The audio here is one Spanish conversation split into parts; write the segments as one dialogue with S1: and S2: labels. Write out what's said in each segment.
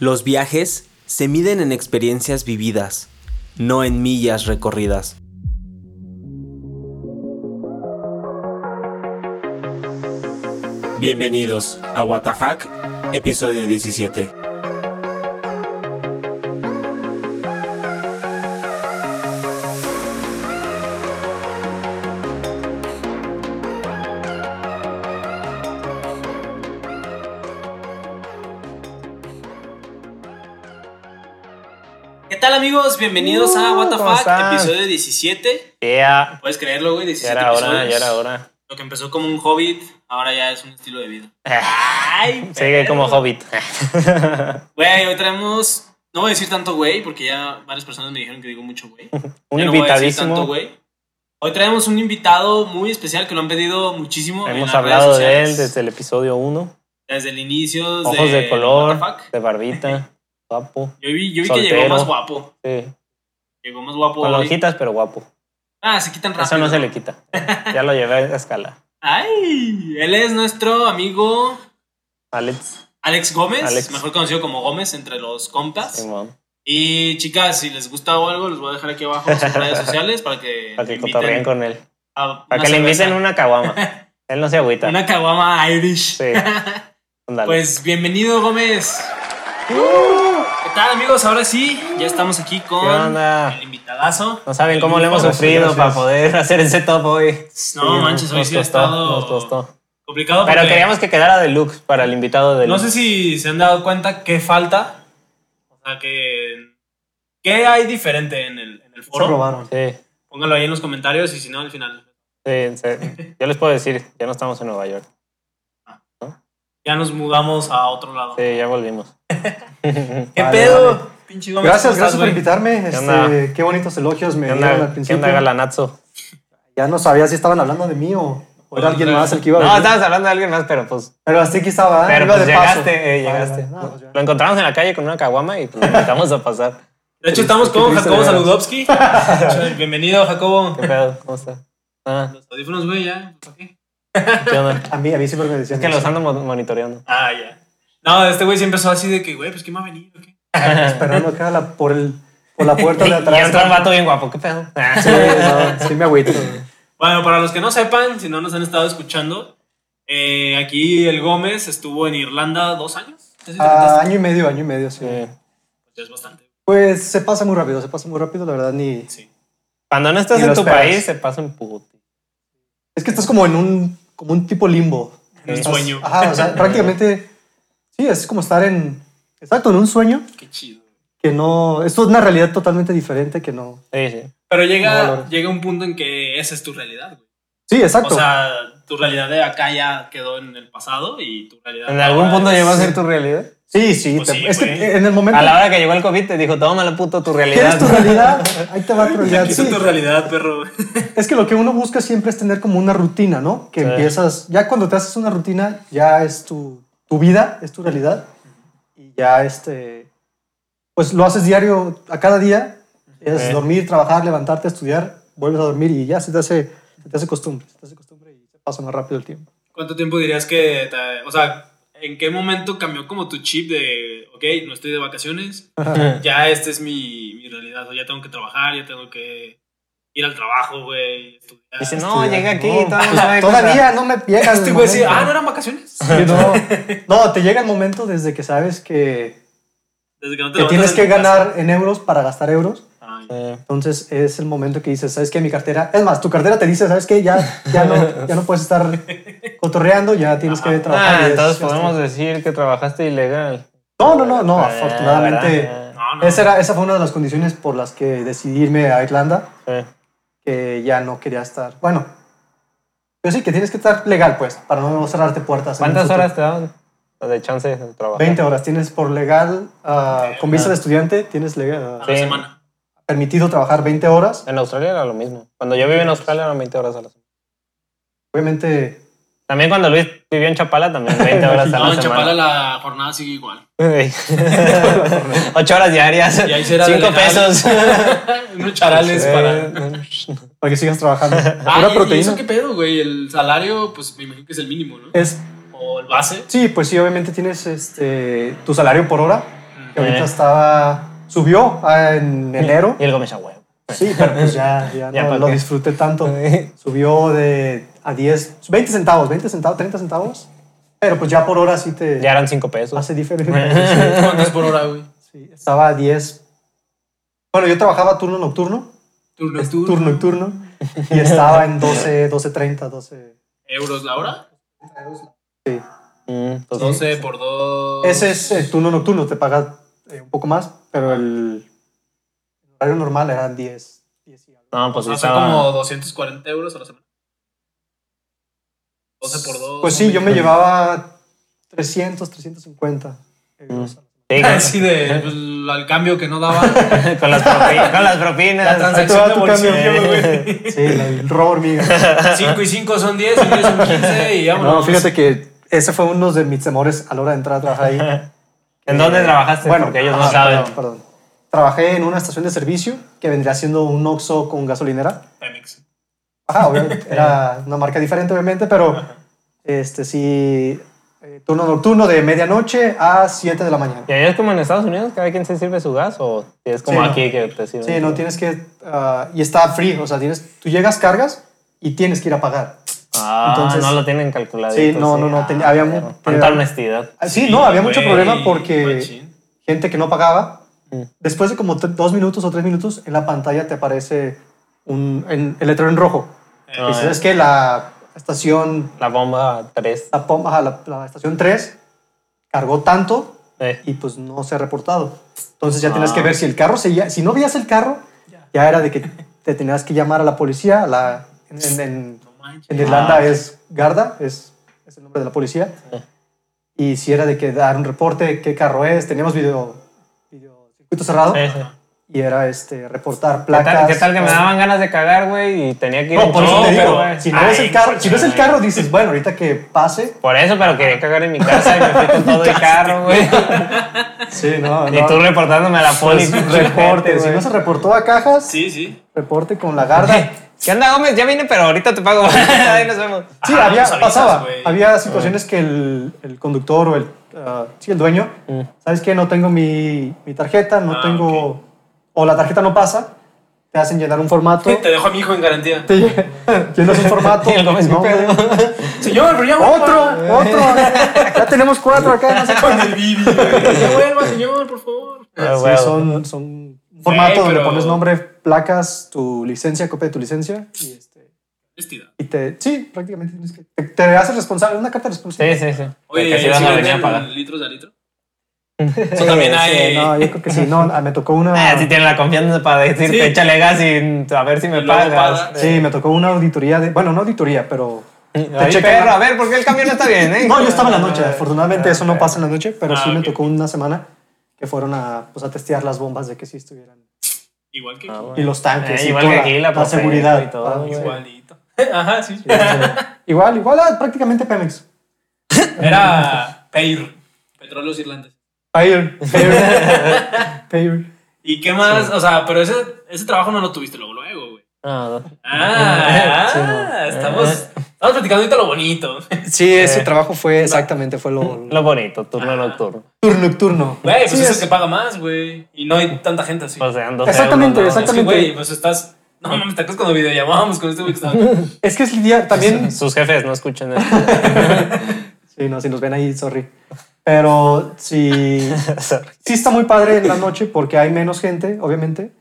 S1: Los viajes se miden en experiencias vividas, no en millas recorridas.
S2: Bienvenidos a WTF, episodio 17.
S3: ¿Qué tal amigos? Bienvenidos a
S4: Uh,
S3: What the
S4: ¿cómo
S3: Fuck,
S4: están?
S3: episodio 17.
S4: Ea,
S3: Puedes creerlo, güey, 17
S4: ya era hora,
S3: episodios.
S4: ya era hora.
S3: Lo que empezó como un hobbit, ahora ya es un estilo de vida. Ay,
S4: Sigue
S3: perro.
S4: como hobbit.
S3: Eh, Güey, hoy traemos. No voy a decir tanto güey, porque ya varias personas me dijeron que digo mucho güey.
S4: Un
S3: Ya no voy a decir
S4: invitadísimo.
S3: tanto güey. Hoy traemos un invitado muy especial que lo han pedido muchísimo. en
S4: Hemos
S3: las redes
S4: hablado de él
S3: sociales.
S4: desde el episodio 1.
S3: Desde el inicio.
S4: Ojos de color,
S3: What the Fuck.
S4: de barbita, guapo.
S3: Yo vi, yo vi que llegó
S4: soltero.
S3: más guapo.
S4: Sí.
S3: Llegó más guapo.
S4: Con
S3: hoy.
S4: lonjitas, pero guapo.
S3: Ah, se quitan rápido.
S4: Eso no se le quita. Ya lo llevé a escala.
S3: Ay, él es nuestro amigo
S4: Alex,
S3: Alex Gómez,
S4: Alex.
S3: mejor conocido como Gómez entre los compas.
S4: Simón,
S3: y chicas, si les gusta o algo, les voy a dejar aquí abajo sus redes sociales para que,
S4: para que
S3: lo inviten
S4: cotorreen con él.
S3: a una
S4: Para que le
S3: cerveza.
S4: inviten una caguama. Él no se agüita.
S3: Una caguama Irish.
S4: Sí. Ándale.
S3: Pues bienvenido, Gómez. ¿Qué tal, amigos? Ahora sí, ya estamos aquí
S4: Uh. ¿Qué
S3: con
S4: onda?
S3: el invitadazo.
S4: No saben cómo le hemos
S3: pues, Gracias,
S4: sufrido
S2: gracias.
S4: para poder hacer ese top hoy.
S3: No manches, hoy
S4: nos
S3: sí ha
S4: costó,
S3: estado
S4: Nos costó.
S3: complicado.
S4: Pero
S3: porque
S4: queríamos que quedara deluxe para el invitado de
S3: No sé si se han dado cuenta qué falta. O sea, que. ¿Qué hay diferente en el, en el foro?
S4: Sí,
S3: Póngalo ahí en los comentarios y si no, al final.
S4: sí, sí. Yo les puedo decir, ya no estamos en Nueva York.
S3: Ya nos mudamos a otro lado.
S4: Sí, ya volvimos.
S3: ¿Qué
S5: Vale,
S3: pedo?
S5: vale.
S3: Pinche Gómez, ¿cómo
S5: Gracias,
S3: estás,
S5: gracias por
S3: güey?
S5: invitarme. Este,
S4: onda?
S5: qué bonitos elogios me
S4: ¿Qué
S5: dieron al
S4: onda, ¿Qué
S5: principio.
S4: onda Galanazo?
S5: Ya no sabía si estaban hablando de mí o, o era alguien más el que iba a
S4: No,
S5: venir.
S4: estabas hablando de alguien más, pero pues.
S5: Pero así que estaba, ¿eh?
S4: Pero
S5: Iba
S4: pues
S5: de paso.
S4: llegaste, eh,
S5: Vale,
S4: llegaste.
S5: vale, no, pues ya.
S4: Lo encontramos en la calle con una caguama y pues, lo invitamos a pasar.
S3: De hecho, estamos
S5: Qué
S3: con
S5: triste,
S3: Jacobo
S5: de veras.
S3: Saludowski. Bienvenido, Jacobo.
S4: ¿Qué pedo? ¿Cómo está? Ah,
S3: Los audífonos, güey, ya. ¿Por qué?
S4: ¿qué onda?
S5: A mí, a mí siempre me decían
S4: Es que
S5: eso.
S4: los ando mo- monitoreando.
S3: Ah, ya. No, este güey sí empezó así de que, güey, pues ¿quién va a venir? o qué?
S5: Esperando acá la- por, el, por la
S4: Y
S5: puerta de atrás.
S4: entra un vato bien guapo, ¿qué pedo? Ah,
S5: Sí, no, sí me agüito.
S3: Bueno, para los que no sepan, si no nos han estado escuchando, eh, aquí el Gómez estuvo en Irlanda dos años. ¿Casi te
S5: Ah,
S3: aventaste?
S5: año y medio, año y medio, sí.
S4: sí.
S3: Ya es bastante.
S5: Pues se pasa muy rápido, se pasa muy rápido, la verdad, ni...
S3: Sí.
S4: Cuando no estás
S5: Y
S4: en
S5: los
S4: tu
S5: pedos.
S4: país, se pasa un puto.
S5: Es que estás como en un, como un tipo limbo.
S3: Un
S5: Estás-
S3: sueño.
S5: Ajá, o sea, prácticamente... Sí, es como estar en... Exacto, en un sueño.
S3: Qué chido.
S5: que no. Esto es una realidad totalmente diferente que no.
S4: Sí, sí.
S3: Pero llega,
S5: Valor.
S3: llega un punto en que esa es tu realidad, güey.
S5: Sí, exacto.
S3: O sea, tu realidad de acá ya quedó en el pasado y tu realidad.
S4: ¿En algún
S3: ahora
S4: punto
S3: es-
S4: llegó a ser tu realidad?
S5: sí, sí.
S3: pues
S5: te-
S3: sí,
S5: es
S3: güey.
S5: que en el momento.
S4: A la hora que llegó el COVID te dijo, tómala puto tu realidad.
S5: ¿Quieres tu realidad? Ahí te va tu realidad.
S3: Aquí
S5: Sí.
S3: está tu realidad, perro.
S5: Es que lo que uno busca siempre es tener como una rutina, ¿no? Que
S4: Sí.
S5: empiezas. Ya cuando te haces una rutina, ya es tu, tu vida, es tu realidad. Y ya este. Pues lo haces diario a cada día. Es
S4: Sí.
S5: dormir, trabajar, levantarte, estudiar, vuelves a dormir y ya se te hace, se te hace costumbre. Se te hace costumbre y se pasa más rápido el tiempo.
S3: ¿Cuánto tiempo dirías que. te- o sea, ¿en qué momento cambió como tu chip de. Ok, no estoy de vacaciones, ya esta es mi, mi realidad. O ya tengo que trabajar, ya tengo que ir al trabajo, güey. estudiar.
S4: Dice, no, llegué aquí,
S5: No,
S4: todavía no
S5: pues,
S4: sabe qué
S5: todavía no me pegas.
S3: Este
S5: el
S3: güey sí,
S5: momento.
S3: ah, no eran vacaciones.
S5: Sí, no, no, te llega el momento desde que sabes que,
S3: Desde que no te
S5: que
S3: levantas
S5: tienes
S3: de
S5: que
S3: tu casa.
S5: ganar en euros para gastar euros.
S3: Ay,
S4: pasa. Sí.
S5: Entonces es el momento que dices, ¿sabes qué? Mi cartera. Es más, tu cartera te dice, ¿sabes qué? Ya, ya, no, ya no puedes estar cotorreando, ya tienes que trabajar. y
S4: Ah,
S5: es-
S4: entonces
S5: ya está.
S4: podemos decir que trabajaste ilegal.
S5: No, no, no, no,
S4: Ah,
S5: afortunadamente.
S4: ¿verdad?
S3: no, no.
S5: Esa, era, esa fue una de las condiciones por las que decidí irme a Irlanda,
S4: Sí.
S5: que ya no quería estar. Bueno, pero sí, que tienes que estar legal, pues, para no cerrarte puertas. en el
S4: ¿Cuántas
S5: futuro.
S4: horas te daban de chance de trabajar?
S5: 20 horas tienes por legal, ah, con vista de estudiante, tienes legal,
S3: A
S5: ah,
S3: la
S4: Sí.
S3: semana.
S5: permitido trabajar 20 horas.
S4: En Australia era lo mismo. Cuando yo viví en Australia eran 20 horas a la semana.
S5: Obviamente,
S4: También cuando Luis vivió en Chapala también 20 horas a
S3: No,
S4: la
S3: en Chapala
S4: semana.
S3: la jornada sigue igual.
S4: Sí. Ocho horas diarias.
S3: Y ahí será
S4: 5
S3: legal.
S4: pesos.
S3: Unos charales para.
S4: Sí.
S5: eh, para que sigas trabajando.
S3: Ah,
S5: Pura
S3: ¿y- y
S5: proteína.
S3: eso qué pedo, güey? El salario, pues me imagino que es el mínimo, ¿no?
S5: Es,
S3: O el base.
S5: sí, pues sí, obviamente tienes este, tu salario por hora,
S3: Mm.
S5: que ahorita
S4: Eh.
S5: estaba, subió ah, en enero.
S4: Y el Gómez a huevo.
S5: Sí, pero pues ya, ya
S4: Ya,
S5: no
S4: ¿pa'
S5: lo
S4: qué?
S5: disfruté tanto. Subió de a 10, 20 centavos, 20 centavos, 30 centavos. Pero pues ya por hora sí te
S4: Ya eran 5 pesos.
S5: hace diferencia.
S3: ¿Cuántas por hora, güey?
S5: Sí, estaba a 10. Bueno, yo trabajaba turno nocturno,
S3: Turno,
S5: es
S3: turno.
S5: turno nocturno, y estaba en 12, 12.30, 12.
S3: ¿Euros la hora?
S5: Ah,
S4: Mm, pues,
S3: 12 por 2.
S5: Ese es el turno nocturno, te paga eh, un poco más, pero el horario normal era 10. 10 y algo.
S4: No, pues sí
S3: O sea,
S4: estaba-
S3: como 240 euros a la semana. 12 por 2.
S5: Pues sí, yo me llevaba 300, 350 euros.
S4: Sí,
S3: Así de. pues, al cambio que no daba.
S4: con, con las propi- con las propinas.
S3: La transacción de
S5: tu
S3: bolsillo,
S5: cambio.
S3: güey.
S5: Sí, el robo hormiga.
S3: 5 y 5 son 10, y 10 son 15 y vámonos.
S5: No, fíjate que ese fue uno de mis temores a la hora de entrar a trabajar ahí.
S4: ¿En dónde trabajaste?
S5: Eh, Bueno,
S4: Porque ellos no
S5: ah,
S4: saben.
S5: Perdón, perdón. Trabajé en una estación de servicio que vendría siendo un Oxxo con gasolinera.
S3: Pemex.
S5: Ajá, obviamente, era una marca diferente, obviamente, pero este sí, eh, turno nocturno de medianoche a 7 de la mañana.
S4: ¿Y allá es como en Estados Unidos? ¿Cada quien se sirve su gas? ¿O es como
S5: Sí, no.
S4: aquí que te sirven?
S5: Sí, no tienes que. ah, y está free, o sea, tienes, tú llegas, cargas y tienes que ir a pagar.
S4: Ah,
S5: Entonces-
S4: no lo tienen calculado.
S5: Sí, no, no, no, tenía- había mu-
S4: mucho.
S5: tenía-
S4: Tanta honestidad.
S5: Ah, Sí, no, había mucho
S3: güey,
S5: problema porque.
S3: machín.
S5: gente que no pagaba.
S4: Mm.
S5: Después de como t- dos minutos o tres minutos, en la pantalla te aparece un, en- el letrero en rojo.
S4: Ah,
S5: Dices,
S4: ya.
S5: es que la estación,
S4: La bomba 3.
S5: la, pom- ajá, la- la estación 3 cargó tanto
S4: Eh,
S5: y pues no se ha reportado. Entonces ya tenías
S4: Ah.
S5: que ver si el carro seguía. Si no veías el carro, ya era de que te tenías que llamar a la policía. a la, en, en- en-
S3: No manches.
S5: en Irlanda
S4: Ah. Eh.
S5: es Garda, es, es el nombre de la policía.
S4: Sí.
S5: Y si era de que dar un reporte, qué carro es, teníamos video, video circuito cerrado. Y era este, reportar
S4: ¿Qué,
S5: placas.
S4: tal, qué tal que me daban ganas de cagar, güey? Y tenía que ir
S5: No,
S4: en
S5: por eso
S4: chinga,
S5: te digo,
S4: güey.
S5: si no
S4: Ay,
S5: ves el carro,
S3: pues,
S5: si ves el
S4: güey.
S5: carro dices, bueno, ahorita que pase.
S4: Por eso, pero quería cagar en mi casa y me fui con todo el carro, güey.
S5: Sí, no,
S4: Y tú reportándome a la poli.
S5: Pues, reporte, si no se reportó a cajas,
S3: Sí, sí.
S5: reporte con la garda.
S4: ¿Qué onda, Gómez? Ya vine, pero ahorita te pago. Ahí nos vemos.
S5: Sí,
S3: Ah,
S5: había,
S3: nos avisas,
S5: pasaba.
S3: güey.
S5: Había situaciones que el, el conductor o el, ah, sí, el dueño, ¿sabes qué? No tengo mi, mi tarjeta, no
S3: Ah,
S5: tengo... O la tarjeta no pasa, te hacen llenar un formato.
S3: Te dejo a mi hijo en garantía.
S5: te llenas un formato.
S4: Y el Gómez,
S5: no,
S4: ¿qué pedo?
S5: güey.
S3: Señor, pero ya
S5: Otro,
S3: vuelva.
S5: otro. Ya tenemos cuatro acá. No sé
S3: Con el Bibi, güey. Ya vuelva, señor, por favor.
S4: Ah,
S5: Eh, Sí,
S4: huevo.
S5: son, son un formato donde
S3: pero-
S5: pones nombre, placas, tu licencia, copia de tu licencia y, este,
S3: Honestidad.
S5: y te... Sí, prácticamente tienes que... Te, te haces responsable, es una carta de
S4: Sí,
S5: responsabilidad.
S4: sí, sí.
S3: Oye,
S4: que
S3: ¿sí
S4: si vas a venir
S3: venden
S4: a pagar.
S3: litros de a litro? Eso también
S5: Sí,
S3: hay.
S5: Eh, no, yo creo que sí. No, ah, me tocó una...
S4: Ah, si tienen la confianza para decirte,
S3: Sí.
S4: échale gas y a ver si me
S3: Y luego
S4: pagas.
S3: paga.
S5: Sí, me tocó una auditoría de... Bueno, no auditoría, pero...
S4: Oye,
S5: checan
S4: perro,
S5: la-
S4: a ver, ¿por qué el cambio no está bien, eh?
S5: No, yo estaba en la noche. Afortunadamente eso no pasa en la noche, pero
S3: Ah,
S5: sí me
S3: ok.
S5: tocó una semana que fueron a, pues, a testear las bombas de que sí estuvieran.
S3: Igual que
S4: Ah,
S3: aquí.
S4: bueno.
S5: Y los tanques.
S4: Eh,
S5: y
S4: igual
S5: toda
S4: que aquí, la
S5: la
S4: profe
S5: seguridad.
S4: y todo,
S5: Ah,
S4: güey.
S3: Igualito. Ajá, sí.
S5: Igual, igual a prácticamente Pemex.
S3: Era Peir, Petróleos Irlandes.
S5: Payer. Payer. Payer.
S3: ¿Y qué más? O sea, pero ese, ese trabajo no lo tuviste luego, luego, güey.
S4: No, no.
S3: Ah,
S4: Sí,
S3: ah, estamos, estamos platicando ahorita lo bonito.
S5: Sí, ese trabajo fue exactamente, fue lo, lo
S4: Lo bonito,
S3: Ah.
S4: turno nocturno.
S5: turno nocturno.
S3: Güey, pues
S5: Sí,
S3: es,
S5: es-
S3: el que paga más, güey. Y no hay tanta gente así.
S4: O sea, dos
S5: Exactamente,
S4: euros, ¿no?
S3: Es que,
S5: exactamente.
S3: güey, pues estás. No mames, ¿te acuerdas cuando videollamábamos con este güey que estaba acá?
S5: Es que es lidiar también.
S4: Sus jefes no escuchan esto.
S5: Sí, no, si nos ven ahí, sorry. Pero sí, sí está muy padre en la noche porque hay menos gente, obviamente.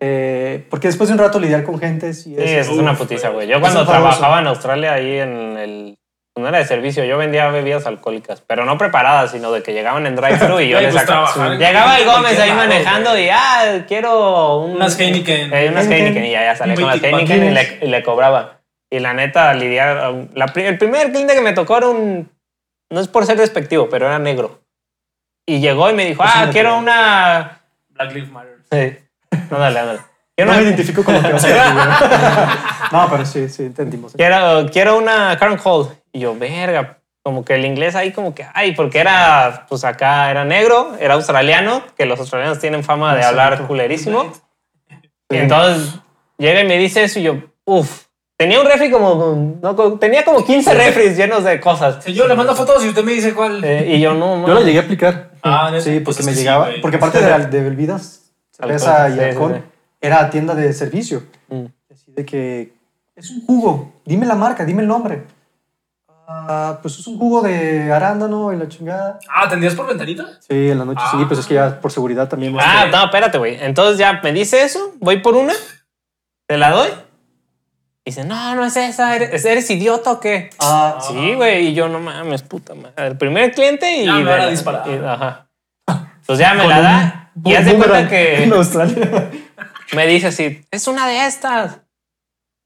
S5: Eh, porque después de un rato lidiar con gente, sí
S4: Sí,
S5: es.
S4: eso es una
S3: Uf,
S4: putiza,
S3: güey.
S4: güey. Yo cuando
S5: Es un famoso.
S4: trabajaba en Australia, ahí en el. No era de servicio, yo vendía bebidas alcohólicas, pero no preparadas, sino de que llegaban en drive-thru y yo
S3: Güey,
S4: les
S3: pues,
S4: sacaba.
S3: trabajar en
S4: Llegaba el
S3: cualquier
S4: Gómez ahí
S3: lado,
S4: manejando
S3: güey.
S4: y, ah, quiero un-
S3: Unas Heineken.
S4: Eh, unas
S5: Heineken.
S4: Heineken y ya, ya salía
S3: Un
S4: con las
S3: 24
S4: Heineken y le, y le cobraba. Y la neta, lidiar. um, la pri- el primer cliente que me tocó era un. No es por ser despectivo, pero era negro. Y llegó y me dijo,
S5: Eso
S4: ah,
S5: no
S4: quiero
S5: creo.
S4: una.
S3: Black Lives Matter.
S4: Sí. Ándale, ándale.
S5: Yo
S4: Quiero
S5: no me
S4: una,
S5: identifico con lo que vas a decir, güey. No, pero sí, sí, entendimos.
S4: quiero, quiero una Karen Hall. Y yo, verga, como que el inglés ahí como que, ay, porque era, pues acá era negro, era australiano, que los australianos tienen fama de hablar culerísimo. Y entonces llega y me dice eso y yo, uff, Tenía un refri como. no, co- tenía como 15 refris llenos de cosas.
S6: Yo le mando fotos y usted me dice cuál.
S4: Eh, y yo no.
S5: Yo la
S4: man.
S5: llegué a aplicar.
S6: Ah, neta.
S4: pues
S5: sí, porque
S3: es
S5: me
S3: que sí,
S5: llegaba.
S3: güey.
S5: porque aparte de, la- de bebidas, cerveza
S4: Alcohol,
S5: y
S4: sí,
S5: alcohol,
S4: sí, sí.
S5: era tienda de servicio.
S4: Mm.
S5: Así de que es un jugo. Dime la marca, dime el nombre. Ah, pues es un jugo de arándano y la chingada.
S6: Ah, ¿atendías por ventanita?
S5: Sí, en la noche sí,
S3: Ah.
S5: pues es que ya por seguridad también.
S4: Ah,
S6: este.
S4: no, espérate, güey. Entonces ya me dice eso, voy por una, te la doy. Y dice, no, no es esa, eres, eres idiota o qué.
S5: Ah, sí.
S4: Sí, güey, y yo no mames, puta madre. El primer cliente y.
S6: Ya me
S4: de
S6: van a
S4: la-
S6: disparar.
S4: y- ajá. Entonces ya me la da y haz de cuenta que
S5: En Australia.
S4: me dice así, es una de estas.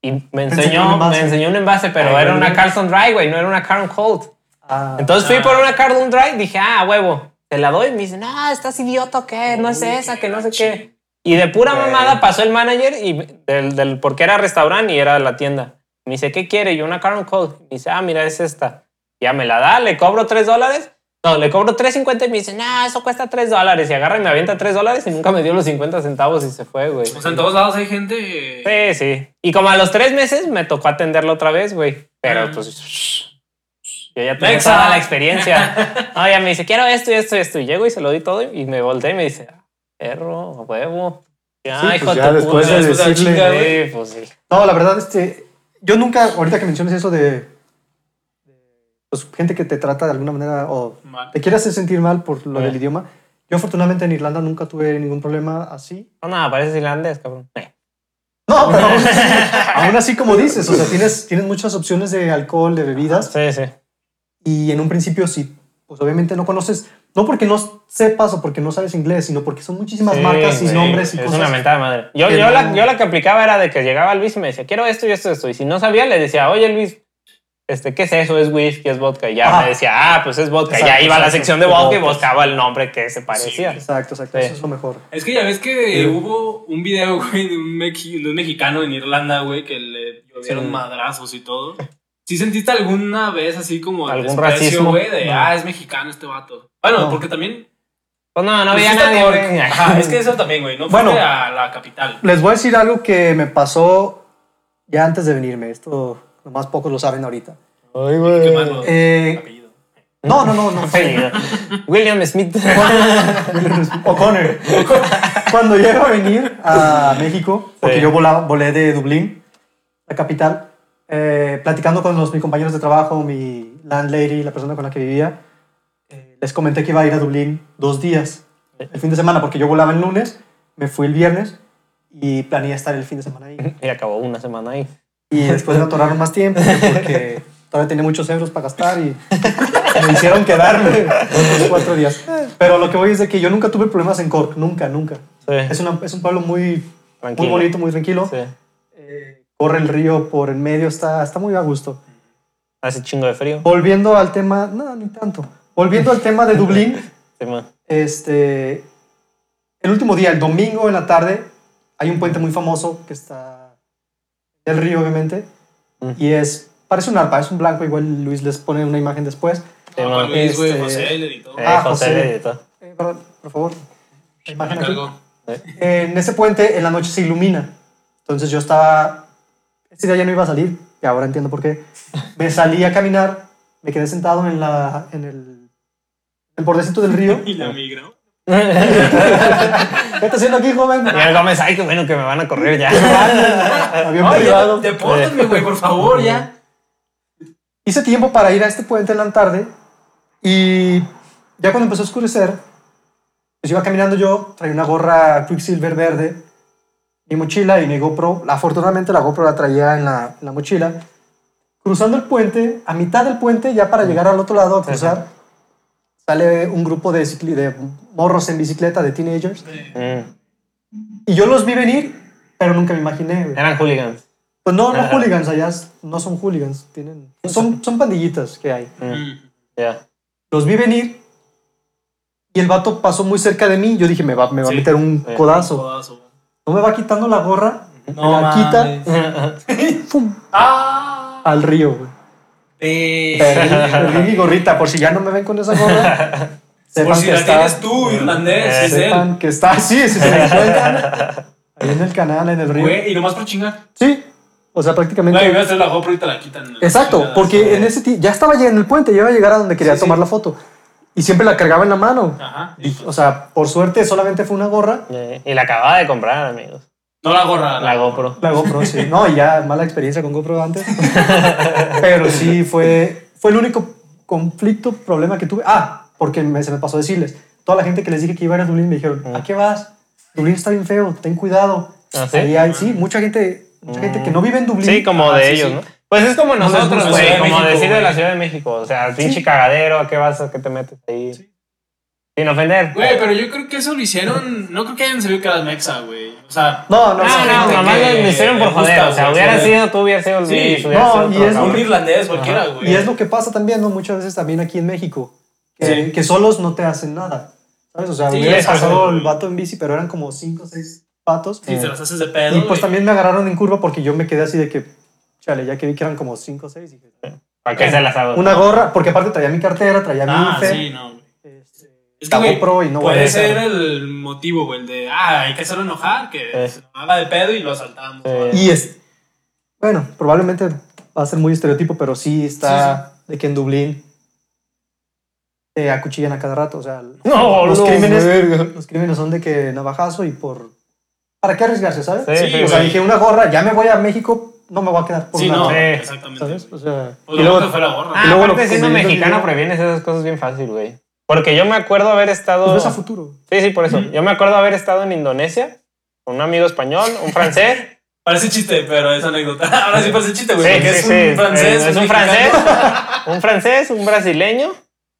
S4: Y me
S5: enseñó un
S4: enseñó, me
S5: envase.
S4: enseñó un envase, pero
S5: Ay,
S4: era una
S5: güey.
S4: Carlton Dry, güey, no era una Carlton Cold.
S5: Ah,
S4: Entonces fui por una Carlton Dry, dije, ah, huevo, te la doy. Me dice, no, estás idiota o qué, no es esa, que no sé qué. Y de pura mamada pasó el manager y del, del- porque era restaurante y era la tienda. Me dice, ¿qué quiere? Y yo una Carlton Cold. Me dice, ah, mira, es esta. Ya me la da, le cobro 3 dólares. No, le cobro 3.50 y me dice, no, eso cuesta 3 dólares. Y agarra y me avienta 3 dólares y nunca me dio los 50 centavos y se fue, güey.
S3: O sea, en todos lados hay gente.
S4: Sí, sí. Y como a los tres meses me tocó atenderlo otra vez, güey. Pero
S3: Ah.
S4: pues. shh, Yo ya tenía
S6: Nexa.
S4: toda la experiencia. No, ya me dice, quiero esto y esto y esto. Y llego y se lo doy todo y me volteé y me dice, "Ah, perro, a huevo. Ya,
S5: Sí, pues
S4: hijo de
S5: ya
S4: tu
S5: después
S4: puta".
S5: de
S4: Después la
S5: decirle-
S4: chinga, güey, pues sí.
S5: No, la verdad, este, yo nunca, ahorita que mencionas eso de, de, pues, gente que te trata de alguna manera o
S3: Mal.
S5: te quiere hacer sentir mal por lo
S4: Eh.
S5: del idioma. Yo afortunadamente en Irlanda nunca tuve ningún problema así.
S4: No, nada, pareces irlandés, cabrón. Eh.
S5: No, pero aún así, aún así como dices, o sea, tienes, tienes muchas opciones de alcohol, de bebidas
S4: Sí, sí.
S5: y en un principio sí, pues obviamente no conoces, no porque no sepas o porque no sabes inglés, sino porque son muchísimas
S4: Sí,
S5: marcas y
S4: güey,
S5: nombres y
S4: es
S5: cosas.
S4: una mentada madre. Yo,
S5: Que
S4: yo,
S5: no-
S4: la, yo la que aplicaba era de que llegaba Luis y me decía, quiero esto y esto y esto. Y si no sabía, le decía, oye Luis, este, ¿qué es eso? ¿Es whisky? ¿Es vodka? Y ya
S5: Ajá.
S4: me decía, ah, pues es vodka. y
S5: Exacto,
S4: ya iba a la
S5: exacto.
S4: sección de vodka y
S5: Vodka.
S4: buscaba el nombre que se parecía.
S5: Exacto, exacto,
S4: Sí.
S5: eso es lo mejor.
S3: Es que ya ves que hubo un video, güey, de un, mexi- de un mexicano en Irlanda, güey, que le llovieron
S4: Sí.
S3: madrazos y todo. ¿Sí sentiste alguna vez así como
S4: ¿Algún
S3: desprecio,
S4: racismo?
S3: güey, de,
S4: No.
S3: ah, es mexicano este vato? Bueno,
S5: No.
S3: porque también...
S4: Pues no, no
S3: pues,
S4: había
S3: fuiste a
S4: nadie.
S3: Cork.
S4: güey.
S3: Ajá, es que eso también, güey, no fuiste
S5: Bueno.
S3: a la capital.
S5: Les voy a decir algo que me pasó ya antes de venirme. Esto nomás pocos lo saben ahorita.
S3: Qué malo.
S5: Eh,
S3: apellido.
S5: no, no, no, no.
S4: William Smith.
S5: O'Connor. Cuando llego a venir a México, porque
S4: Sí.
S5: yo volaba, volé de Dublín, la capital, eh, platicando con los, mis compañeros de trabajo, mi landlady, la persona con la que vivía, eh, les comenté que iba a ir a Dublín dos días, el fin de semana, porque yo volaba el lunes, me fui el viernes y planeé estar el fin de semana ahí.
S4: y acabó una semana ahí.
S5: Y después me atoraron más tiempo porque todavía tenía muchos euros para gastar y me hicieron quedarme los cuatro días. Pero lo que voy es de que yo nunca tuve problemas en Cork, nunca, nunca.
S4: Sí,
S5: Es, una- es un pueblo muy, muy
S4: tranquilo.
S5: bonito, muy tranquilo.
S4: Sí.
S5: Eh, corre el río por en medio, está, está muy a gusto.
S4: Hace chingo de
S5: Oh.
S4: frío.
S5: Volviendo al tema, no, ni tanto. Volviendo al tema de Dublín,
S4: Sí, man.
S5: este, el último día, el domingo en la tarde, hay un puente muy famoso que está el río, obviamente,
S4: Mm.
S5: y es, parece un arpa, es un blanco, igual Luis les pone una imagen después.
S4: Sí,
S3: Ah,
S4: man.
S3: Juan Luis, güey,
S5: Este-
S3: José, el editor.
S4: Eh,
S5: Ah,
S4: José,
S5: José.
S4: le editó.
S5: Eh, perdón, por favor, la imagen
S3: Ah, Me
S5: aquí.
S3: encargó.
S5: En ese puente en la noche se ilumina, entonces yo estaba, este día ya no iba a salir, y ahora entiendo por qué. Me salí a caminar, me quedé sentado en, la, en el, el bordecito del río.
S3: Y la migra.
S5: ¿Qué está haciendo aquí, joven?
S4: Y el Gómez, ay, qué bueno que me van a correr ya.
S5: Avión
S6: Ay,
S5: privado.
S6: ya, depórtame, güey, por favor, ya.
S5: Hice tiempo para ir a este puente en la tarde y ya cuando empezó a oscurecer, pues iba caminando yo, traía una gorra Quicksilver verde, mi mochila y mi GoPro. Afortunadamente la GoPro la traía en la, en la mochila. Cruzando el puente, a mitad del puente, ya para llegar al otro lado a cruzar, sale un grupo de, cicli- de morros en bicicleta, de teenagers.
S4: Mm,
S5: Y yo los vi venir, pero nunca me imaginé. güey.
S4: Eran hooligans.
S5: Pues no, no
S4: Ajá.
S5: hooligans, allá s- no son hooligans, tienen, son, son pandillitas que hay.
S4: Mm,
S3: Mm.
S4: Ya.
S5: Los vi venir y el vato pasó muy cerca de mí. Yo dije, me va, me va
S3: Sí.
S5: a meter un
S4: Sí.
S5: codazo.
S3: Codazo.
S5: No me va quitando la gorra,
S6: Eh, No,
S5: me la quita
S6: mames.
S5: ¡fum!
S6: Ah,
S5: al río. güey.
S6: eh.
S5: Perdí mi gorrita, por si ya no me ven con esa gorra.
S6: Por
S5: sepan
S6: si
S5: que
S6: la
S5: está-
S6: tienes tú, irlandés,
S4: Eh,
S6: es él.
S5: Sepan que está, sí, si se la encuentran. Ahí en el canal, en el río.
S6: Güey, y nomás por chingar.
S5: Sí, O sea, prácticamente.
S3: Güey, voy a hacer la GoPro y te la quitan.
S5: Exacto,
S3: Chingadas.
S5: porque en ese ti- ya estaba ya en el puente, ya iba a llegar a donde quería
S3: Sí, sí.
S5: tomar la foto. Y siempre la cargaba en la mano.
S6: Ah,
S3: Ajá.
S5: Y, pues, o sea, por suerte solamente fue una gorra.
S4: Eh, Y la acababa de comprar, amigos.
S3: No la gorra.
S4: La GoPro.
S5: La GoPro, sí. No, y ya mala experiencia con GoPro antes. Pero sí, fue, fue el único conflicto, problema que tuve. Ah, porque me- se me pasó decirles. Toda la gente que les dije que iba a ir a Dublín me dijeron, ¿a qué vas? Dublín está bien feo, ten cuidado.
S4: ¿Ah, sí?
S5: Ahí hay- sí, mucha gente, mucha gente que no vive en Dublín.
S4: Sí, como
S3: Ah,
S4: de
S3: sí,
S4: ellos,
S3: sí.
S4: ¿no? Pues es como
S5: les
S4: nosotros,
S5: gusta
S4: güey,
S3: Ciudad de
S4: como
S3: México,
S4: decir de la
S3: güey.
S4: Ciudad de México. O sea, pinche cagadero, ¿a qué vas? ¿A qué te metes ahí? Sin ofender.
S3: Güey, pero yo creo que eso lo hicieron. No creo que hayan sabido que era mexa, güey. O sea.
S5: No, no,
S4: No,
S5: sí,
S4: Ah, no,
S3: gente
S4: nomás
S3: que
S4: lo hicieron por
S3: le
S4: joder.
S3: gusta,
S4: O sea,
S3: güey,
S4: hubiera
S3: sí.
S4: sido tú, hubiera sido Luis,
S3: Sí,
S4: hubiera
S5: no,
S4: sido
S5: y
S4: otro
S5: es
S4: cabrón.
S6: Un irlandés cualquiera, güey.
S5: Y es lo que pasa también, ¿no? Muchas veces también aquí en México, que, que solos no te hacen nada. ¿Sabes? O sea,
S3: Sí,
S5: hubieras
S4: eso,
S5: pasado
S3: sí.
S5: el vato en bici, pero eran como cinco o 6 patos.
S3: Si se las haces de pedo.
S5: y pues
S3: güey.
S5: también me agarraron en curva porque yo me quedé así de que, chale, ya que vi que eran como cinco o 6.
S4: ¿Para qué se las hago?
S5: Una gorra, porque aparte traía mi cartera, traía
S3: Ah,
S5: mi IFE.
S3: sí, no, güey.
S5: este,
S3: Es que,
S5: la
S3: güey,
S5: GoPro y no voy a
S3: puede ser
S5: dejar.
S3: el motivo, güey, el de, ah, hay que hacerlo enojar,
S5: Eh.
S3: que
S4: Sí.
S3: se haga de pedo y lo asaltamos.
S4: Sí.
S3: güey.
S5: Y es. Bueno, probablemente va a ser muy estereotipo, pero sí está de que en Dublín te acuchillan a cada rato. O sea,
S4: No,
S5: los
S4: no,
S5: crímenes,
S4: verga.
S5: los crímenes son de que navajazo y por... ¿Para qué arriesgarse, sabes?
S4: Sí, sí,
S5: o sea,
S4: güey.
S5: dije una gorra, ya me voy a México, no me voy a quedar por
S3: Sí,
S5: una
S3: no,
S5: gorra,
S4: Sí.
S3: exactamente.
S5: ¿sabes? O
S3: güey.
S5: sea,
S3: Pues
S5: y
S3: luego
S5: luego,
S3: te fue la gorra.
S4: Ah,
S5: Y luego lo
S4: aparte, siendo
S5: comiendo el
S4: mexicano,
S5: video.
S4: previenes esas cosas bien fácil, güey. Porque yo me acuerdo haber estado.
S5: pues ves a futuro.
S4: Sí, sí, por eso. Yo me acuerdo haber estado en Indonesia con un amigo español, un francés.
S3: Parece chiste, pero es anécdota. Ahora sí parece chiste, güey,
S4: Sí,
S3: porque
S4: sí,
S3: Pues es
S4: sí.
S3: un francés.
S4: Eh, es un
S3: mexicano.
S4: francés, un francés, un brasileño,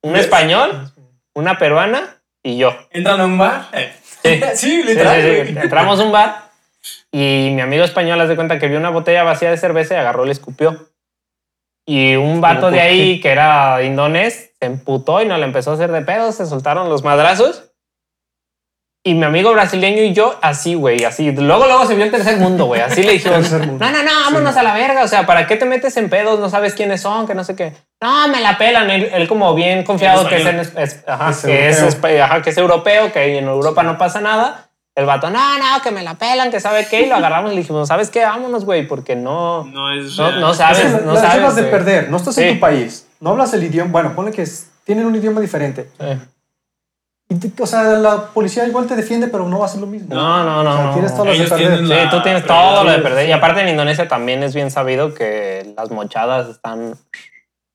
S4: un español, una peruana y yo.
S3: Entran a un bar. eh.
S4: Sí.
S3: Sí,
S4: Sí,
S3: literal.
S4: sí, sí.
S3: güey.
S4: Entramos a un bar y mi amigo español hace cuenta que vio una botella vacía de cerveza y agarró y le escupió. Y un vato
S5: ¿Cómo
S4: de
S5: por
S4: ahí, que era indonés, se emputó y nos la empezó a hacer de pedo, se soltaron los madrazos. Y mi amigo brasileño y yo, así, güey, así. Luego, luego se vio el tercer mundo, güey. Así le dijimos,
S5: Tercer mundo.
S4: no, no, no, vámonos a la verga. O sea, ¿para qué te metes en pedos? No sabes quiénes son, que no sé qué. No, me la pelan. Él, él como bien confiado que es, en,
S3: español.
S4: es- ajá,
S5: Es
S4: que es
S5: europeo.
S4: espa- ajá, que es europeo, que en Europa no pasa nada. El vato, no, no, que me la pelan, que sabe qué. Y lo agarramos y le dijimos, ¿sabes qué? Vámonos, güey, porque no,
S3: No es
S4: no,
S3: real.
S4: no
S5: Es
S4: sabes,
S5: que
S4: no
S5: las
S4: sabes.
S5: ganas de
S4: güey.
S5: perder, no estás
S4: Sí.
S5: en tu país, no hablas el idioma, bueno, ponle que es- tienen un idioma diferente.
S4: Eh,
S5: Y te- o sea, la policía igual te defiende, pero no va a ser lo mismo.
S4: No, no,
S5: O
S4: no.
S5: sea,
S4: no,
S5: tienes Ah,
S4: no.
S5: todas las de
S3: Ellos
S5: perder.
S3: tienen
S4: Sí,
S3: la-
S4: tú tienes
S3: pero
S4: todo
S3: sí,
S4: lo de perder. Y aparte en Indonesia también es bien sabido que las mochadas están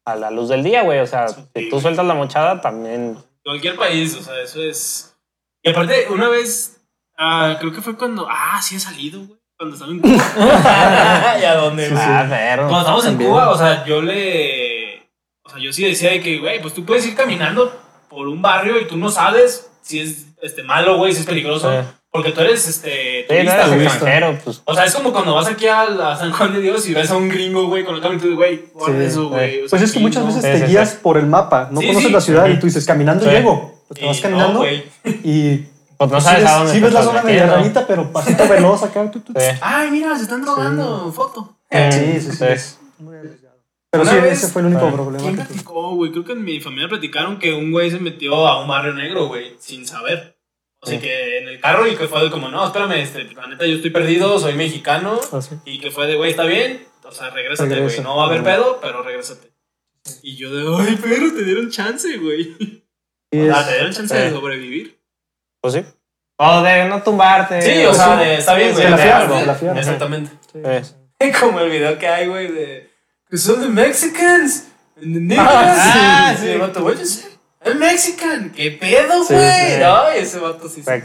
S4: a la luz del día, güey. O sea, si tú sueltas la mochada también.
S3: Cualquier país, o sea, eso es. Y aparte, una vez, ah, creo que fue cuando. Ah, sí he salido, güey. Cuando estaba en Cuba.
S6: ¿Y a dónde va?
S4: Ah, pero-
S3: Cuando estábamos en
S5: También.
S3: Cuba, o sea, yo le. O sea, yo sí decía de que, güey, pues tú puedes ir caminando por un barrio y tú no sabes si es este, malo, güey, si es peligroso.
S4: Sí.
S3: Porque tú eres este,
S4: Sí, no
S3: turista,
S4: eres
S3: güey.
S4: extranjero, pues.
S3: O sea, es como cuando vas aquí a, la San Juan de Dios y ves a un gringo, güey, con el camino y tú, güey, guarda
S5: Sí,
S3: eso, güey. O sea,
S5: Pues es que
S3: sí,
S5: muchas
S3: no.
S5: veces
S4: Sí,
S5: te
S4: sí,
S5: guías por el mapa, no
S3: Sí,
S5: conoces
S3: sí.
S5: la ciudad y tú dices, caminando
S4: Sí.
S5: llego. Pues te
S3: Y
S5: vas
S3: no,
S5: caminando
S3: güey.
S5: y...
S4: Pues no
S5: sí
S4: sabes
S5: ves-
S4: a dónde.
S5: Sí
S4: te
S5: ves la
S4: estás
S5: zona medio
S4: metiendo.
S5: rarita, pero pasito veloz acá. tú, tú, tú.
S4: Sí.
S3: Ay, mira, se están drogando, foto.
S5: Ah, Sí, sí, sí.
S4: Sí.
S5: Muy arriesgado. Pero
S3: Una
S5: sí,
S3: vez-
S5: ese fue el único
S4: Ah.
S5: problema
S3: ¿Quién
S5: que tuve.
S3: platicó, güey? Creo que en mi familia platicaron que un güey se metió a un barrio negro, güey, sin saber. O sea, que en el carro y que fue de como, no, espérame, este, la neta, yo estoy perdido, soy mexicano.
S5: Ah, sí.
S3: Y que fue de, güey, está bien, o sea, regrésate, güey.
S5: Regresa.
S3: No va a haber pedo, pero regrésate. Y yo de, ay, perro, te dieron chance, güey.
S5: Sí,
S3: O sea,
S5: es-
S3: te dieron chance de
S4: Sí.
S3: sobrevivir.
S4: Pues sí. O de no tumbarte.
S3: Sí, o
S4: Pues
S3: sea,
S4: sí.
S3: de- está bien,
S4: Sí,
S3: güey.
S5: te la
S3: de
S5: fiaron,
S3: algo.
S5: te la fiaron.
S3: Exactamente.
S5: sí.
S4: Pues.
S6: Como el video que hay, güey, de. Que son the Mexicans. And the niggas.
S4: Ah, sí.
S6: Y el vato, what you say? I'm Mexican. ¿Qué pedo, güey?
S4: Sí, sí.
S6: Ay, ese vato sí
S4: Se
S6: se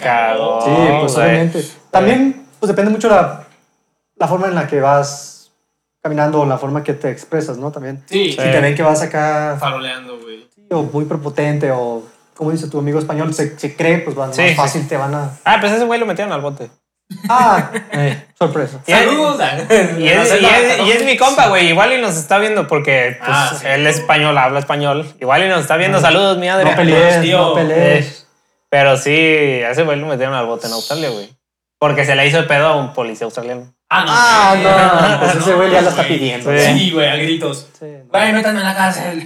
S6: cagó.
S4: cagó.
S5: Sí,
S4: Oh,
S5: pues
S4: güey.
S5: obviamente. También, pues depende mucho la, la forma en la que vas caminando o la forma que te expresas, ¿no? También.
S3: Sí,
S5: Si te ven que vas acá
S3: faroleando, güey.
S5: o muy prepotente o, como dice tu amigo español, se, se cree, pues va- más
S4: Sí, sí.
S5: fácil te van a...
S4: Ah, pues ese güey lo metieron al bote.
S5: ¡Ah! Sorpresa.
S4: Y es-
S6: Saludos.
S4: Y es, y es- y es mi compa, güey. Igual y nos está viendo porque pues,
S3: Ah, sí.
S4: él es español, habla español. Igual y nos está viendo. Saludos, mi
S5: No
S4: Adrián.
S5: pelees,
S3: tío,
S5: no pelees.
S4: Pero sí, a ese güey lo metieron al bote en Australia, güey. Porque se le hizo de pedo a un policía australiano.
S3: Ah, no.
S5: Ah, no, pues
S3: no,
S5: ese güey ya la está
S3: güey.
S5: pidiendo.
S4: Sí.
S5: ¿no?
S3: Sí, güey, a gritos.
S5: Sí, no.
S6: Güey, métanme en la cárcel.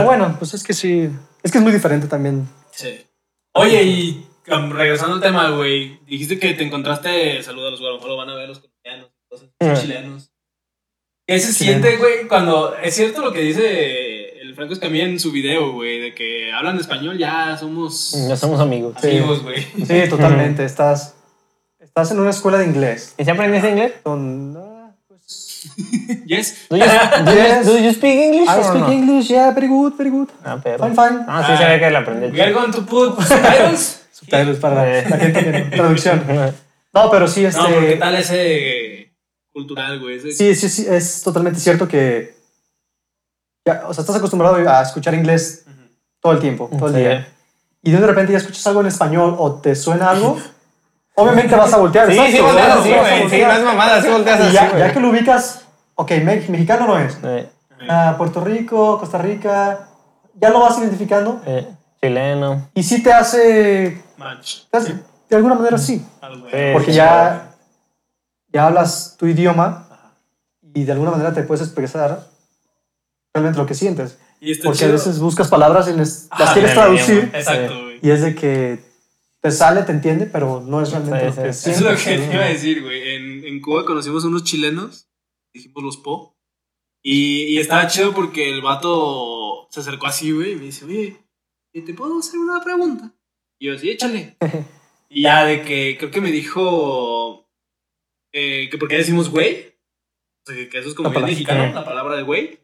S5: O bueno, pues es que sí. Es que es muy diferente también.
S3: Sí. Oye, y um, regresando al tema, güey, dijiste que te encontraste, saludos a los güey, a lo mejor lo van a ver los colombianos, los
S4: Mm.
S3: chilenos. ¿Qué se
S5: Chileno.
S3: siente, güey, cuando es cierto lo que dice el Franco Escamilla en su video, güey, de que hablan español, ya somos
S4: No somos amigos.
S3: amigos, güey.
S5: Sí, totalmente. Estás, estás en una escuela de inglés.
S4: ¿Y si aprendiste inglés?
S5: Don- ah, pues,
S3: Yes.
S4: ¿Do you, do you-
S5: Yes.
S4: do you speak English?
S5: I
S4: or
S5: speak
S4: Ah, no?
S5: English, yeah, very good, very good.
S4: Ah, pero.
S5: Fine, fine.
S4: Ah, sí, sabía que la aprendí.
S3: We are going to put subtitles.
S5: Subtítulos para la gente que no- traducción. Eh. No, pero sí, este.
S3: No, pero ¿qué tal ese cultural, güey? Ese-
S5: Sí, sí, sí, es totalmente cierto que. ya, o sea, estás acostumbrado a escuchar inglés todo el tiempo, todo el
S4: Sí.
S5: día. Y de repente ya escuchas algo en español o te suena algo, obviamente vas a voltear.
S4: Sí,
S5: exacto,
S4: sí, volteas
S5: vas-
S4: así,
S5: vas a
S4: güey. Sí, no
S5: voltear.
S4: es mamada, sí volteas
S5: Y
S4: así,
S5: ya,
S4: güey.
S5: ya que lo ubicas, ok, me- mexicano no es.
S4: Eh,
S5: Ah, Puerto Rico, Costa Rica, ya lo vas identificando.
S4: eh, chileno.
S5: Y sí te hace.
S3: Match.
S5: te hace- de alguna manera sí.
S3: Ah, güey.
S4: Sí,
S5: Porque
S4: sí.
S5: ya, ya hablas tu idioma y de alguna manera te puedes expresar realmente lo que sientes.
S3: Y está
S5: Porque a
S3: chido.
S5: veces buscas palabras y les- las
S3: Ah,
S5: quieres
S4: en el
S5: traducir
S4: idioma.
S3: Exacto, güey.
S5: y es de que te sale, te entiende, pero no es realmente
S4: Sí,
S5: lo
S4: sí.
S5: que
S4: Es
S3: Es
S5: sientes.
S3: lo que te iba a decir, güey. En, en Cuba conocimos unos chilenos, dijimos los Po, y, y estaba chido porque el vato se acercó así, güey, y me dice, oye, ¿y ¿te puedo hacer una pregunta? Y yo, sí, échale. y ya de que, creo que me dijo, eh, que por qué decimos güey, o sea, que, que eso es como
S5: La
S3: bien
S5: palabra.
S3: mexicano, la palabra de güey,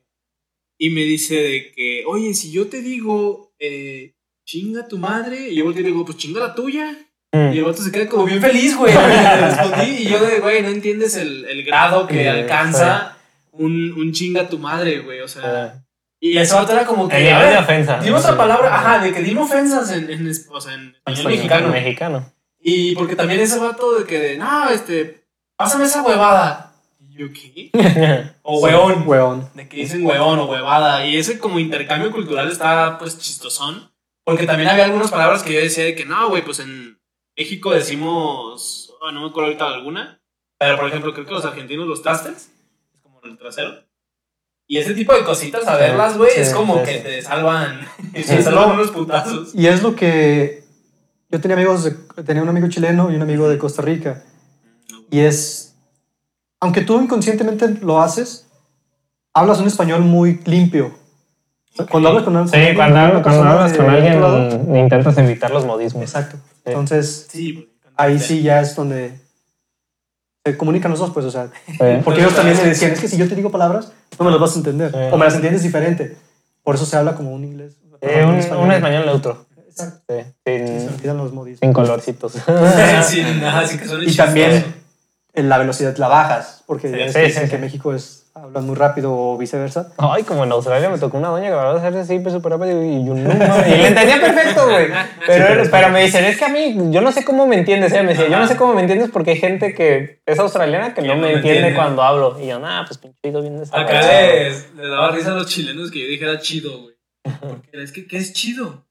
S3: y me dice de que, oye, si yo te digo, eh, chinga tu madre, y yo volteo y le digo, pues chinga la tuya.
S4: Mm.
S3: Y el vato se queda como bien feliz, güey. Le respondí y yo de, güey, no entiendes el, el grado que
S4: Sí,
S3: alcanza un, un chinga tu madre, güey. O sea,
S4: Eh,
S3: y ese vato era como
S4: El
S3: que. a
S4: nivel de
S3: ver,
S4: ofensa.
S3: Dime otra palabra, ajá, de que dime ofensas en, en, es- o sea, en español mexicano.
S4: Mexicano.
S3: Y porque también ese vato de que, de, no, este, pásame esa huevada. Y yo, ¿qué? O hueón.
S5: Weón.
S3: De que dicen huevón o huevada. Y ese como intercambio cultural está pues chistosón. Porque también había algunas palabras que yo decía de que no, güey, pues en México decimos, ah, no me acuerdo ahorita de alguna. Pero por ejemplo, creo que los argentinos los trastes, es como el trasero. Y ese tipo de cositas, saberlas, güey,
S4: Sí,
S3: es como
S4: sí,
S3: que
S4: sí.
S3: te salvan.
S5: Sí.
S3: te salvan unos putazos.
S5: Y es lo que yo tenía amigos, de- tenía un amigo chileno y un amigo de Costa Rica. Y es, aunque tú inconscientemente lo haces, hablas un español muy limpio. O sea, Cuando hablas con,
S4: Sí,
S5: con
S4: cuando,
S5: una
S4: hablas- cuando
S5: persona
S4: hablas
S5: de
S4: con
S5: otro
S4: alguien mm,
S5: lado,
S4: intentas evitar los modismos.
S5: Exacto. Entonces,
S3: Sí, güey.
S5: ahí sí ya es donde se comunican los dos, pues, o sea,
S4: Eh,
S5: porque ellos también me decían, es que si yo te digo palabras, no me las vas a entender,
S4: Sí.
S5: o me las entiendes diferente. Por eso se habla como un inglés.
S4: eh,
S5: un
S4: un, un español neutro.
S5: Exacto.
S4: Sí,
S5: Se
S4: sin,
S5: olvidan los modismos.
S4: sin colorcitos.
S3: sí, nada, así que son
S5: Y también en la velocidad la bajas, porque ya ves que
S4: sí,
S5: dicen
S4: sí,
S5: que
S4: sí.
S5: México es, hablan muy rápido o viceversa.
S4: Ay, como en Australia me tocó una doña que hablaba de hacerse así, pues súper rápido y yo no mames. Y le entendía perfecto, güey. Pero, pero me dicen, es que a mí, yo no sé cómo me entiendes, ¿eh? Me decía, yo no sé cómo me entiendes porque hay gente que es australiana que no me entiende cuando hablo. Y yo, nah, pues pinche oído bien
S3: Acá
S4: desarrollado.
S3: les, les daba risa a los chilenos que yo dije era chido, güey. Porque es que, ¿qué es chido?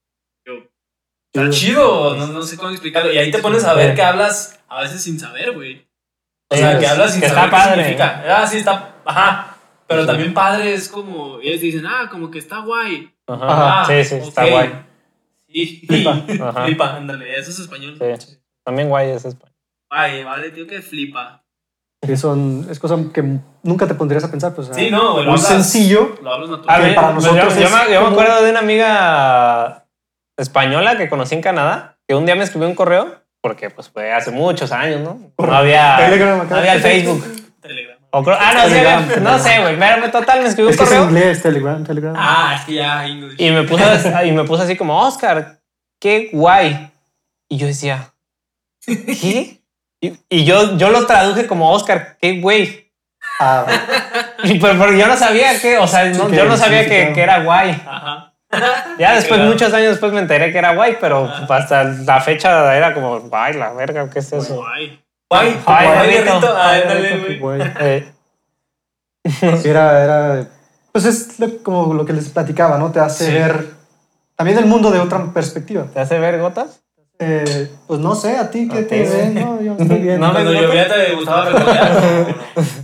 S3: Yo, está chido, no, no sé cómo explicarlo. Y ahí te pones a ver que hablas a veces sin saber, güey. O
S4: Sí,
S3: sea,
S4: pues,
S3: que hablas sin
S4: que está
S3: saber
S4: padre.
S3: qué significa. Ah, sí, está, ajá. Pero también padre es como, ellos dicen, ah, como que está guay.
S4: Ajá.
S3: Ah,
S4: Sí, sí, está
S3: ok.
S4: guay.
S3: Sí,
S5: Flipa.
S4: Ajá.
S3: flipa, ándale, eso es español.
S4: Sí. También guay es español.
S3: Ay, vale, tío, que flipa.
S5: Que son, es cosa que nunca te pondrías a pensar, pues. o sea,
S3: Sí, no, güey, lo
S5: Muy
S3: hablas,
S5: sencillo.
S3: lo hablas natural.
S4: A
S5: Que
S4: ver,
S5: para
S4: pues
S5: nosotros
S4: yo, yo
S5: es
S4: me, yo me
S5: como-
S4: acuerdo de una amiga española que conocí en Canadá, que un día me escribió un correo, porque pues fue hace muchos años, ¿no? No había,
S5: Telegram acá.
S4: no Ah, había el Facebook.
S3: Telegram.
S4: O creo- ah, no, sí
S5: Telegram,
S4: había-
S5: Telegram.
S4: no sé, güey, pero total, me escribió un
S5: Es que es
S4: correo
S5: inglés, Telegram, Telegram.
S3: Ah, es que ya, English.
S4: y me, puso, y me puso así como, Oscar, qué guay. Y yo decía, ¿qué? Y, y yo, yo lo traduje como Oscar, qué güey.
S5: Ah, vale.
S4: Y pues, porque yo no sabía que, o sea, no-
S5: Sí, que
S4: yo no sabía que,
S5: significaba.
S4: que era guay.
S3: Ajá.
S4: Ya después,
S3: Claro.
S4: muchos años después me enteré que era guay, pero hasta la fecha era como, guay, la verga, ¿qué es eso?
S3: Guay. Guay,
S4: Ay,
S3: guay,
S4: Rito.
S3: Rito. Ah, ándale,
S5: Ay,
S3: güey.
S5: qué guay.
S4: Eh,
S5: Sí, era, era. Pues es lo- como lo que les platicaba, ¿no? Te hace
S3: Sí.
S5: ver también el mundo de otra perspectiva.
S4: ¿Te hace ver gotas?
S5: Eh, pues no sé, a ti que te
S4: Ok.
S5: ven, no, yo estoy bien.
S4: No,
S3: Cuando
S4: me-
S3: llovía te gustaba recoger.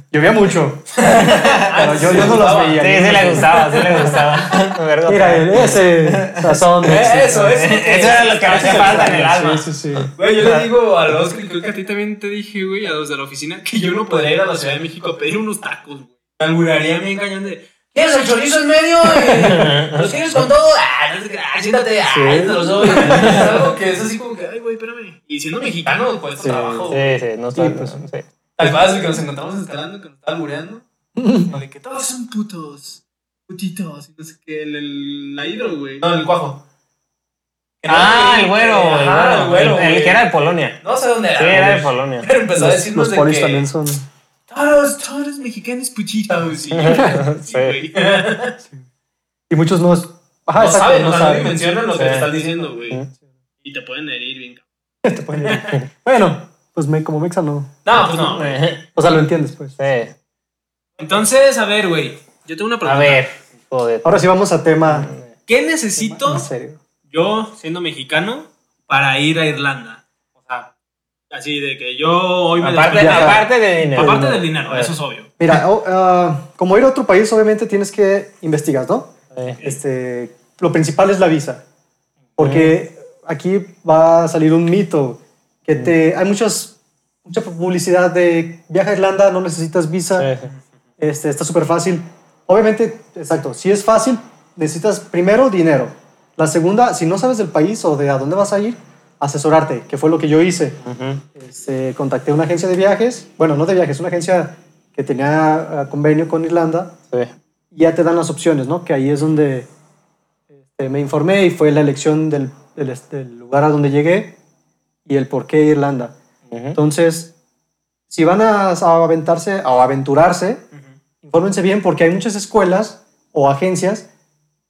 S5: Llovía mucho. Pero yo, yo no los
S3: gustaba.
S4: Sí,
S5: veía. yo
S4: sí
S5: no
S4: le
S5: los-
S4: gustaba, sí le gustaba. Ver gotas.
S5: Mira, ese sazón.
S6: este,
S3: Eh, eso, eso.
S4: Eso era lo que me hacía falta en el alma.
S5: Sí, sí, sí.
S3: Güey, yo le digo a los que creo que a ti también te dije, güey, a los de la oficina, que yo no podría ir a la Ciudad de México a pedir unos tacos, güey. Alguraría bien cañón de.
S6: ¿Quieres el chorizo en medio? eh? ¿Lo quieres con todo? Ah, no sé qué, ah, siéntate, ah, te los doy. Es algo que es así como que, ay, güey, espérame.
S3: Y siendo
S6: Siendo mexicano, pues,
S4: Sí,
S6: trabajo. güey.
S4: sí, sí, no está.
S5: Sí, pues.
S4: no, sí.
S6: Tal vez que nos encontramos instalando, que nos estaba albureando. No, de que
S3: Todos
S6: todos.
S3: son putos. Putitos. Y no sé qué. El, el- la hidro, güey.
S6: No, el cuajo.
S4: Ah, el güero, el
S6: Ajá,
S4: güero.
S6: el güero,
S4: el- el
S6: güey.
S4: que era de Polonia.
S6: No sé dónde era.
S4: Sí, era de
S6: güey.
S4: Polonia.
S6: Pero empezó a
S5: Los,
S6: decirnos
S5: los
S6: de
S5: polis
S6: que
S5: también son.
S6: Todos, todos los mexicanos putitos. Y-
S3: Sí,
S4: Sí.
S3: güey.
S5: Y muchos no. es- Ajá,
S6: no
S5: Ah, exacto,
S6: saben,
S5: no
S6: o sea, no
S5: saben.
S6: dimensionan lo que
S4: Sí.
S6: te están
S3: Estás
S6: diciendo.
S3: diciendo, güey. Y te pueden herir bien. cabrón.
S5: Te pueden ir. bueno, pues me, como mexa no.
S6: No, pues no.
S5: O sea, lo entiendes, pues.
S4: Sí.
S3: Entonces, a ver, güey. Yo tengo una
S4: A
S3: pregunta.
S4: ver, joder.
S5: Ahora sí vamos a tema.
S3: ¿Qué
S5: En
S3: necesito
S5: serio.
S3: yo, siendo mexicano, para ir a Irlanda? O sea, así de que yo hoy me
S4: Aparte,
S3: despierto-
S5: Ya.
S4: aparte de dinero.
S3: aparte del dinero, eso es obvio.
S5: Mira, o- ah, como ir a otro país, obviamente tienes que investigar, ¿no?
S4: Sí.
S5: Este, lo principal es la visa. Porque aquí va a salir un mito. Que te, hay muchas, mucha publicidad de viaja a Irlanda, no necesitas visa.
S4: Sí,
S5: Este, está súper fácil. Obviamente, exacto, si es fácil, necesitas primero dinero. La segunda, si no sabes del país o de a dónde vas a ir, asesorarte, que fue lo que yo hice.
S4: Ujú.
S5: Este, contacté una agencia de viajes, bueno, no de viajes, una agencia que tenía eh, convenio con Irlanda,
S4: Sí.
S5: y ya te dan las opciones, ¿no? Que ahí es donde este, me informé y fue la elección del, del est- del lugar a donde llegué y el por qué Irlanda.
S4: Ujú.
S5: Entonces, si van a, a aventarse o aventurarse, infórmense bien porque hay muchas escuelas o agencias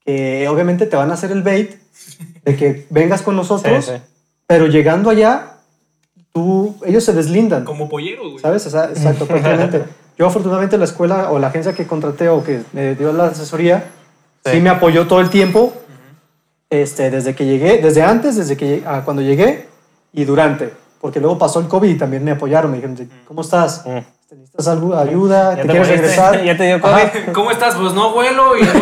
S5: que obviamente te van a hacer el bait de que vengas con
S4: Sí,
S5: nosotros,
S4: sí.
S5: pero llegando allá, tú, ellos se deslindan,
S3: Como pollero, güey.
S5: ¿sabes? O sea, Exacto, prácticamente. Yo afortunadamente la escuela o la agencia que contraté o que me dio la asesoría, sí,
S4: Sí.
S5: me apoyó todo el tiempo, este, desde que llegué, desde antes, desde que lleg- a cuando llegué y durante, porque luego pasó el COVID y también me apoyaron, me dijeron, ¿cómo estás?
S4: Mm.
S5: ¿Necesitas algo, ayuda?
S4: ¿Ya
S5: ¿Te, quieres
S4: moriste?
S5: regresar?
S4: ¿Ya te dio
S5: Ajá.
S4: COVID?
S6: ¿Cómo estás? Pues no vuelo y no,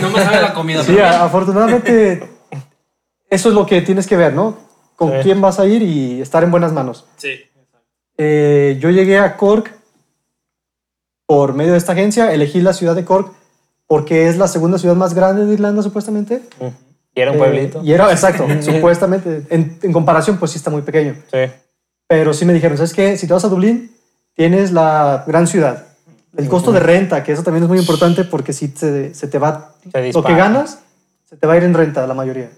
S6: no me sabe la comida.
S5: Sí,
S6: pero-
S5: a- afortunadamente eso es lo que tienes que ver, ¿no? Con
S4: Sí.
S5: quién vas a ir y estar en buenas manos.
S3: Sí.
S5: Eh, yo llegué a Cork por medio de esta agencia, elegí la ciudad de Cork porque es la segunda ciudad más grande de Irlanda supuestamente.
S4: Y era un
S5: Eh,
S4: pueblito.
S5: y era, exacto, supuestamente. En, en comparación, pues sí está muy pequeño.
S4: Sí.
S5: Pero sí me dijeron, ¿sabes qué? Si te vas a Dublín, tienes la gran ciudad. El costo de renta, que eso también es muy importante porque si se, se te va
S4: Se
S5: lo que
S4: dispara.
S5: ganas, se te va a ir en renta la mayoría.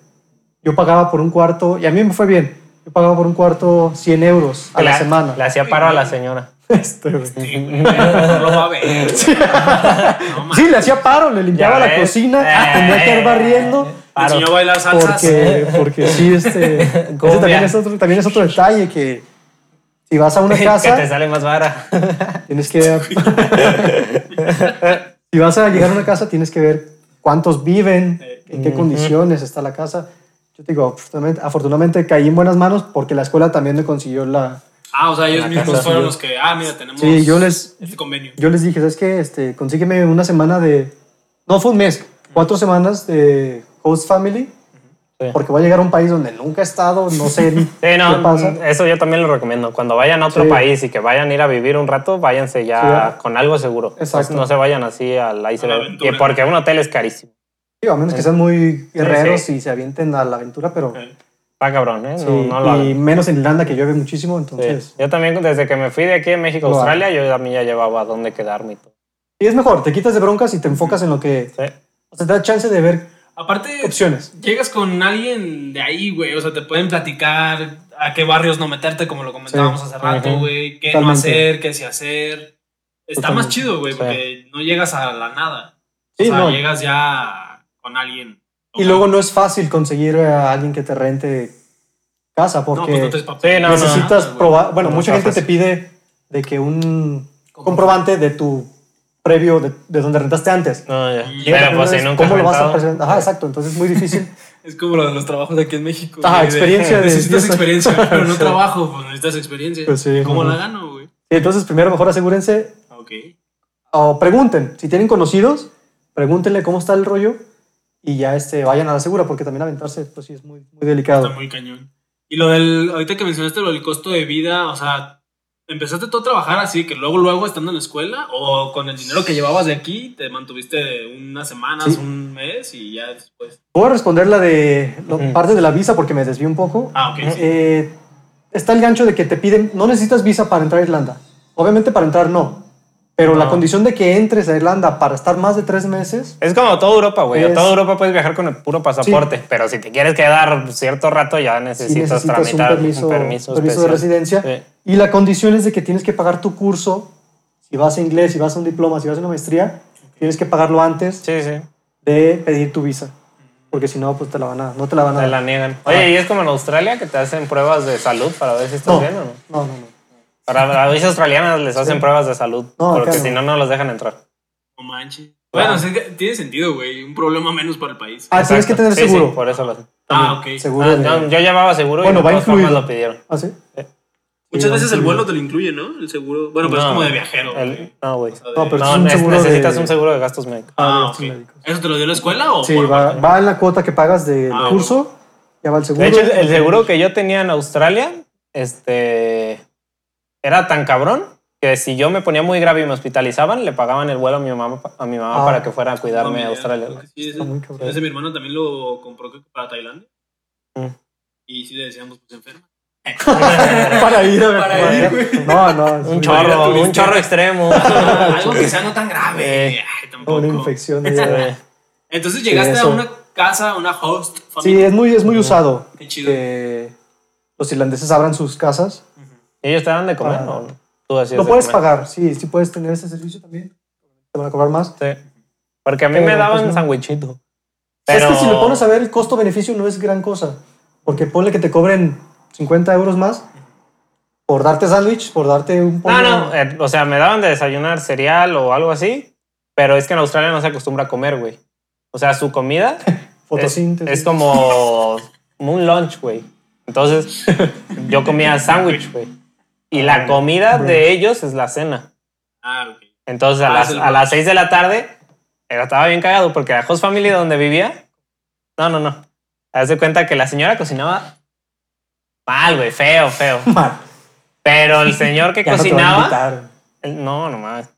S5: Yo pagaba por un cuarto, y a mí me fue bien, yo pagaba por un cuarto 100 euros a la,
S4: Le-
S5: semana.
S4: Le hacía paro a la señora.
S5: Este, güey.
S3: Sí, güey. No lo va a ver. No mames.
S5: sí, le hacía paro, le limpiaba la
S4: ves.
S5: cocina,
S4: Eh.
S5: tenía que ir barriendo.
S3: Me
S4: Paro.
S3: eh, enseñó a bailar salsas.
S5: Porque, porque sí, este, ese
S4: Cumbia.
S5: también, es otro, también es otro detalle que si vas a una
S4: Que te
S5: casa,
S4: sale más vara.
S5: tienes que... si vas a llegar a una casa, tienes que ver cuántos viven, en qué condiciones está la casa. Yo te digo, afortunadamente, afortunadamente caí en buenas manos porque la escuela también me consiguió la...
S3: Ah, o sea, ellos
S4: La
S3: mismos
S4: casa.
S3: fueron los que. Ah, mira, tenemos.
S5: Sí, yo les-
S3: Este convenio.
S5: Yo les dije, ¿sabes qué? Este, consígueme una semana de... No, fue un mes, cuatro semanas de host family.
S4: Sí.
S5: Porque voy a llegar a un país donde nunca he estado, no sé
S4: Sí,
S5: qué
S4: no, mm,
S5: pasa.
S4: eso yo también lo recomiendo. Cuando vayan a otro
S5: Sí.
S4: país y que vayan a ir a vivir un rato, váyanse ya
S5: Sí, ¿verdad?
S4: con algo seguro.
S5: Exacto.
S4: No, no se vayan así al
S3: A la
S4: iceberg.
S3: aventura.
S4: Que porque un hotel es carísimo.
S5: Sí, a menos que sean muy guerreros
S4: eh, sí.
S5: y se avienten a la aventura, pero
S4: Está cabrón, ¿eh? No,
S5: sí,
S4: no lo
S5: y
S4: hagan.
S5: menos en Irlanda que llueve muchísimo,
S4: Sí.
S5: entonces
S4: Yo también, desde que me fui de aquí de México a
S5: Lo
S4: Australia, yo también ya llevaba a dónde quedarme y todo.
S5: y es mejor, te quitas de broncas y te enfocas en lo que
S4: Sí.
S5: o sea, te da chance de ver
S3: Aparte,
S5: opciones.
S3: llegas con alguien de ahí, güey. O sea, te pueden platicar a qué barrios no meterte, como lo comentábamos
S5: Sí.
S3: hace rato,
S4: Ujú.
S3: güey. Qué no
S5: Totalmente.
S3: hacer, qué sí hacer. Está más
S5: Totalmente.
S3: chido, güey,
S4: Sí.
S3: porque no llegas a la nada. O
S5: Sí,
S3: sea,
S5: no.
S3: llegas ya con alguien.
S5: Y luego no es fácil conseguir a alguien que te rente casa porque
S3: No, pues no te
S4: Sí, no, no.
S5: necesitas
S3: güey.
S5: probar, bueno,
S4: No
S5: mucha
S4: está
S5: gente te
S4: fácil.
S5: pide de que un comprobante de tu previo de, de donde rentaste antes.
S4: No, ya.
S3: Y
S4: Pero pues
S5: Entonces,
S4: si nunca
S5: ¿Cómo
S4: has
S5: lo vas a
S4: rentado,
S5: presentar? Ajá, exacto, entonces es muy difícil.
S6: Es como lo de los trabajos de aquí en México.
S5: Ajá,
S6: güey, de-
S5: experiencia de
S3: Necesitas
S5: 10 años.
S3: experiencia, pero no trabajo, pues necesitas experiencia.
S5: Pues sí.
S3: ¿Cómo la
S5: Ujú.
S3: gano, güey?
S5: Sí, entonces primero mejor asegúrense
S3: Ok.
S5: o pregunten, si tienen conocidos, pregúntenle cómo está el rollo y ya este, vayan a la segura, porque también aventarse pues sí es muy, muy
S3: Está
S5: delicado.
S3: muy cañón. Y lo del, ahorita que mencionaste lo del costo de vida, o sea, ¿Empezaste tú a trabajar así, que luego, luego, estando en la escuela? ¿O con el dinero que llevabas de aquí, te mantuviste unas semanas,
S5: Sí.
S3: un mes y ya después?
S5: Puedo responder la de lo-
S4: Ujú.
S5: parte de la visa porque me desvié un poco.
S3: Ah, ok, sí.
S5: Eh, está el gancho de que te piden, no necesitas visa para entrar a Irlanda. Obviamente para entrar no, pero la
S4: No.
S5: condición de que entres a Irlanda para estar más de tres meses,
S4: Es como toda Europa, güey. A
S5: Es-
S4: toda Europa puedes viajar con el puro pasaporte, pero si te quieres quedar cierto rato ya
S5: si
S4: necesitas,
S5: necesitas un
S4: tramitar
S5: permiso, permiso de
S4: especial.
S5: residencia. Y la condición es de que tienes que pagar tu curso, si vas a inglés, si vas a un diploma, si vas a una maestría, tienes que pagarlo antes
S4: Sí, sí, sí.
S5: de pedir tu visa, porque si no, pues te la van a, no te la van a
S4: Te
S5: dar.
S4: la niegan. Oye, ¿y es como en Australia que te hacen pruebas de salud para ver si estás
S5: Ah. No,
S4: bien o no?
S5: no, no, no.
S4: Para las avisas australianas les hacen pruebas de salud,
S5: No,
S4: porque
S5: acá no.
S4: si no, no los dejan entrar.
S3: No manches. Bueno, o sea, que tiene sentido, güey. Un problema menos para el país.
S5: Ah, tienes que
S4: Exacto.
S5: tener
S4: Sí,
S5: seguro.
S4: Sí, por eso lo hacen.
S3: Ah, ok.
S5: Seguro.
S4: Ah,
S5: de-
S4: no, yo llevaba seguro
S5: Bueno,
S4: y de
S5: va
S4: todas formas
S5: incluido.
S4: lo pidieron.
S5: ¿Ah, sí?
S3: Muchas
S5: Sí,
S3: veces
S5: sí.
S3: el vuelo te lo incluye, ¿no? El seguro. Bueno, pero es
S4: No,
S3: como de viajero.
S4: el-
S3: güey.
S4: no, güey.
S3: O sea, de-
S5: No, pero
S4: No,
S5: es un
S4: es-
S5: seguro
S4: necesitas
S5: de-
S4: un seguro de gastos médicos.
S3: Ah, ok.
S5: Ah, de estos médicos.
S3: ¿Eso te lo dio la escuela o
S5: Sí,
S3: por-
S5: va, va en la cuota que pagas del
S3: Ah,
S5: curso, ya va el seguro.
S4: De hecho, el, el seguro que yo tenía en Australia, este, era tan cabrón que si yo me ponía muy grave y me hospitalizaban, le pagaban el vuelo a mi mamá, a mi mamá
S5: Ah.
S4: para que fuera a cuidarme
S3: No,
S4: a
S3: mira,
S4: Australia.
S3: creo
S4: güey.
S3: que sí, ese,
S5: Está muy cabrón.
S3: ese mi hermano también lo compró creo que para Tailandia.
S4: Mm.
S3: Y sí le decíamos, pues enferma.
S5: para ir a
S6: Para ir, güey.
S5: No, no, es
S4: Un
S5: muy-
S4: chorro, un chorro extremo.
S3: Algo que sea no tan grave.
S4: Eh,
S3: Ay, tampoco.
S5: una infección. de-
S3: Entonces llegaste a
S5: eso.
S3: una casa, a una host,
S5: Sí,
S3: familia.
S5: es muy, es muy usado
S3: Qué chido.
S5: que los irlandeses abran sus casas.
S4: ¿Ellos te dan de comer
S5: Ah.
S4: o no? Tú hacías
S5: Lo
S4: de
S5: puedes
S4: comer.
S5: pagar, sí, sí puedes tener ese servicio también. Te van a cobrar más.
S4: Sí. Porque a mí
S5: Pero,
S4: me daban
S5: pues, no.
S4: sandwichito.
S5: Es
S4: Pero-
S5: que si lo pones a ver, el costo-beneficio no es gran cosa. Porque ponle que te cobren 50 euros más por darte sándwich, por darte un
S4: No,
S5: pollo.
S4: no, eh, o sea, me daban de desayunar cereal o algo así, pero es que en Australia no se acostumbra a comer, güey. O sea, su comida es,
S5: Fotosíntesis.
S4: es como un lunch, güey. Entonces, yo comía sándwich, güey. Y la comida de ellos es la cena.
S3: Ah, ok.
S4: Entonces, a,
S3: Ah,
S4: las,
S3: es el
S4: a las 6 de la tarde, era- estaba bien cagado porque la host family donde vivía. No, no, no. Haz de cuenta que la señora cocinaba mal, güey, feo, feo.
S5: Mal.
S4: Pero el señor que
S5: Ya no te van a
S4: cocinaba.
S5: invitar.
S4: El- No, nomás.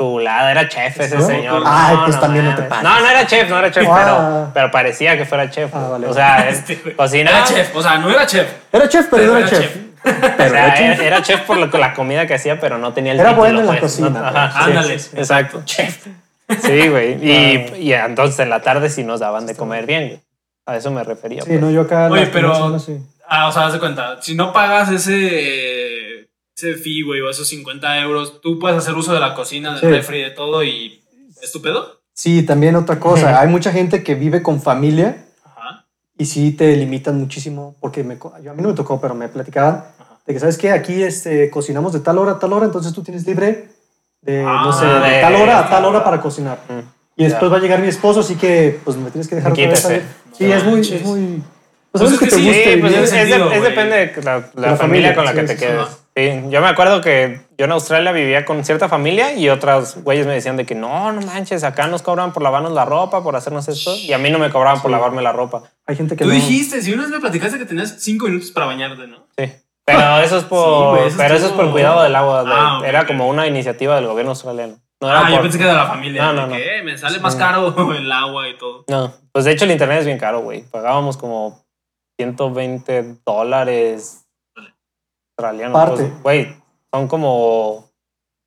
S4: Chulada, era chef ese
S5: ¿No?
S4: señor.
S5: Ay,
S4: No,
S5: pues
S4: no
S5: también no te
S4: mames.
S5: pases.
S4: No, no era chef, no era chef,
S5: Ah.
S4: pero, pero parecía que fuera chef.
S5: Ah,
S4: güey.
S5: vale,
S4: O
S5: vale.
S4: sea, es- cocinaba.
S3: Era chef, o sea, no era chef.
S5: Era chef, pero, Ah. no era,
S3: era
S5: chef.
S3: chef.
S4: o sea, era, era chef por lo- la comida que hacía, pero no tenía el
S5: Era
S4: título,
S5: bueno en la
S4: pues.
S5: cocina,
S4: No-
S5: pues.
S4: ajá,
S3: Sí,
S4: ándale.
S3: sí, sí.
S4: Exacto. Chef. Ah. Sí, güey. Y, y entonces en la tarde sí nos daban de comer bien, güey. A eso me refería.
S5: Sí,
S4: pues.
S5: no, yo acá.
S3: Oye,
S5: las
S3: pero-
S5: personas, sí.
S3: Ah, o sea, haz de cuenta, si no pagas ese, ese fee, güey, o esos 50 euros, tú puedes hacer uso de la cocina, del
S5: Sí.
S3: refri, de todo y... ¿Estúpido?
S5: Sí, también otra cosa. Hay mucha gente que vive con familia
S3: Ajá.
S5: y sí te limitan muchísimo porque me, co- yo, a mí no me tocó, pero me platicaban de que, ¿sabes qué? Aquí este, cocinamos de tal hora a tal hora, entonces tú tienes libre de, no sé,
S4: Ah,
S5: de
S4: de-
S5: tal hora a tal hora para cocinar.
S4: Mm.
S5: Y después va a llegar mi esposo, así que pues me tienes que dejar otra vez
S4: Quítese.
S5: salir. Sí, es muy, es muy...
S3: Pues
S5: Pues sabes
S3: es
S5: que
S3: que
S5: te
S3: sí,
S5: guste
S4: Sí, pues
S5: vivir
S4: es,
S5: así.
S4: es de-
S3: sentido,
S4: es
S3: güey.
S4: depende de la, la
S5: la
S4: familia,
S5: familia,
S4: con la
S5: sí,
S4: que
S5: sí,
S4: te
S5: sí.
S4: quedes. Sí, yo me acuerdo que yo en Australia vivía con cierta familia y otras güeyes me decían de que no, no manches, acá nos cobran por lavarnos la ropa, por hacernos esto, y a mí no me cobraban por lavarme la ropa.
S5: Hay gente que
S3: Tú
S5: no-
S3: dijiste, si una vez me platicaste que tenías 5 minutos para bañarte, ¿no?
S4: Sí. Pero eso es por,
S3: Sí, güey, eso
S4: pero eso es
S3: estuvo-
S4: por cuidado del agua. de-
S3: Ah, ok,
S4: Era
S3: ok.
S4: como una iniciativa del gobierno australiano. No era
S3: Ah, yo
S4: por-
S3: pensé que era de la familia.
S4: No,
S3: de
S4: no, no.
S3: que, eh, me sale más caro el agua y todo.
S4: No, pues de hecho el internet es bien caro, güey. Pagábamos como 120 dólares australianos.
S5: Parte.
S4: pues, Güey, son como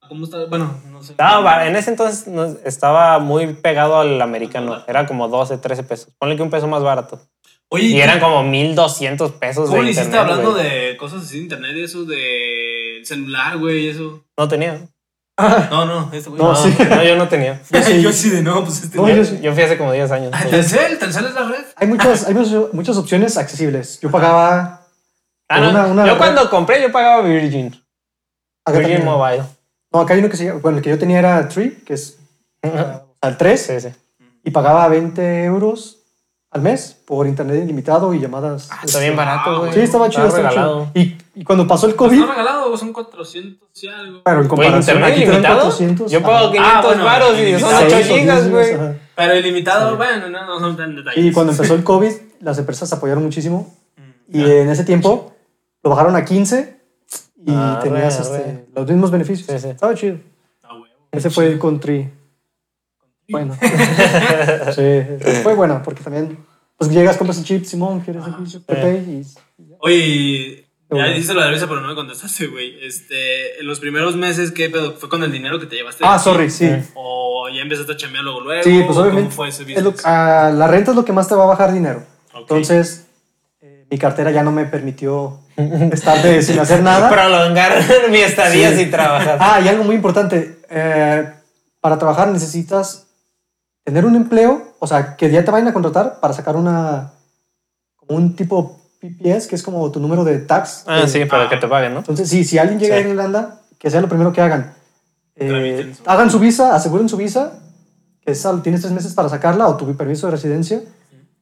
S3: ¿Cómo está? Bueno, no sé.
S4: No, va- en ese entonces no- estaba muy pegado al americano. Era como 12, 13 pesos. Ponle que un peso más barato.
S3: Oye,
S4: Y
S3: ¿tú-
S4: eran como 1200 pesos
S3: ¿Cómo
S4: de
S3: le hiciste
S4: internet,
S3: hablando
S4: güey.
S3: de cosas así de internet y eso de celular, güey, y eso?
S4: No tenía.
S3: No, no, este güey.
S5: No,
S4: No,
S5: sí.
S4: no, yo no tenía.
S5: Yo sí.
S3: Yo sí de no, pues este.
S5: No,
S3: güey.
S5: yo
S4: Yo,
S5: sí.
S4: yo fui hace como 10
S3: Ah,
S4: años.
S3: Telcel, Telcel es la red.
S5: Hay muchas, hay muchas, muchas opciones accesibles. Yo pagaba...
S4: Ah, no,
S5: Una- una-
S4: yo cuando compré, yo pagaba Virgin.
S5: acá
S4: Virgin
S5: también.
S4: Mobile.
S5: No, acá hay uno que se llama... Bueno, el que yo tenía era Tree, que es... Al 3.
S4: Sí, sí.
S5: y pagaba 20 euros al mes por internet ilimitado y llamadas.
S4: Está bien barato, güey.
S5: Sí, estaba chido, estaba
S4: regalado.
S5: chido. Y, y cuando pasó el COVID,
S3: Está regalado, son 400 y algo.
S5: claro,
S4: Güey,
S5: en comparación,
S4: ¿internet
S5: aquí te dan
S4: ilimitado?
S5: 400.
S4: Yo pago
S5: ajá,
S4: 500
S3: bueno,
S4: varos y son
S3: ilimitado.
S4: 8
S5: 600
S4: gigas, güey.
S5: ajá.
S3: Pero ilimitado, bueno, no, no son tan detalles.
S5: Y cuando empezó el COVID,
S3: Mm.
S5: las empresas apoyaron muchísimo. Y en ese tiempo lo bajaron a 15 y
S4: Arre,
S5: tenías
S4: arre.
S5: este, los mismos beneficios.
S4: Ah, Sí, sí.
S5: Estaba chido.
S3: Ah, huevo.
S5: Ese fue el country. Bueno. sí, fue buena porque también pues llegas, compras el chip, Simón, quieres
S3: Ah,
S5: el chip, Pepe y
S3: Oye, y ya
S5: Bueno.
S3: dijiste lo de la risa, pero no me contestaste, güey. Este, en los primeros meses, ¿qué pedo? ¿Fue con el dinero que te llevaste?
S5: Ah, sorry, sí.
S3: ¿O ya empezaste a chambear luego luego?
S5: Sí, pues
S3: ¿O
S5: obviamente.
S3: ¿Cómo fue ese
S5: es lo-
S3: business?
S5: ah, la renta es lo que más te va a bajar dinero.
S3: Ok.
S5: Entonces, eh, mi cartera ya no me permitió estar de- sin hacer nada.
S4: Prolongar mi estadía
S5: Sí.
S4: sin trabajar.
S5: Ah, y algo muy importante. eh, para trabajar necesitas tener un empleo, o sea, que ya te vayan a contratar para sacar una. como un tipo PPS, que es como tu número de tax.
S4: Ah,
S5: Eh,
S4: sí, para que te paguen, ¿no?
S5: Entonces, sí, si alguien llega
S4: Sí.
S5: a Irlanda, que sea lo primero que hagan. Eh,
S3: Tramiten su-
S5: hagan su visa, aseguren su visa, que es al- tienes tres meses para sacarla o tu permiso de residencia.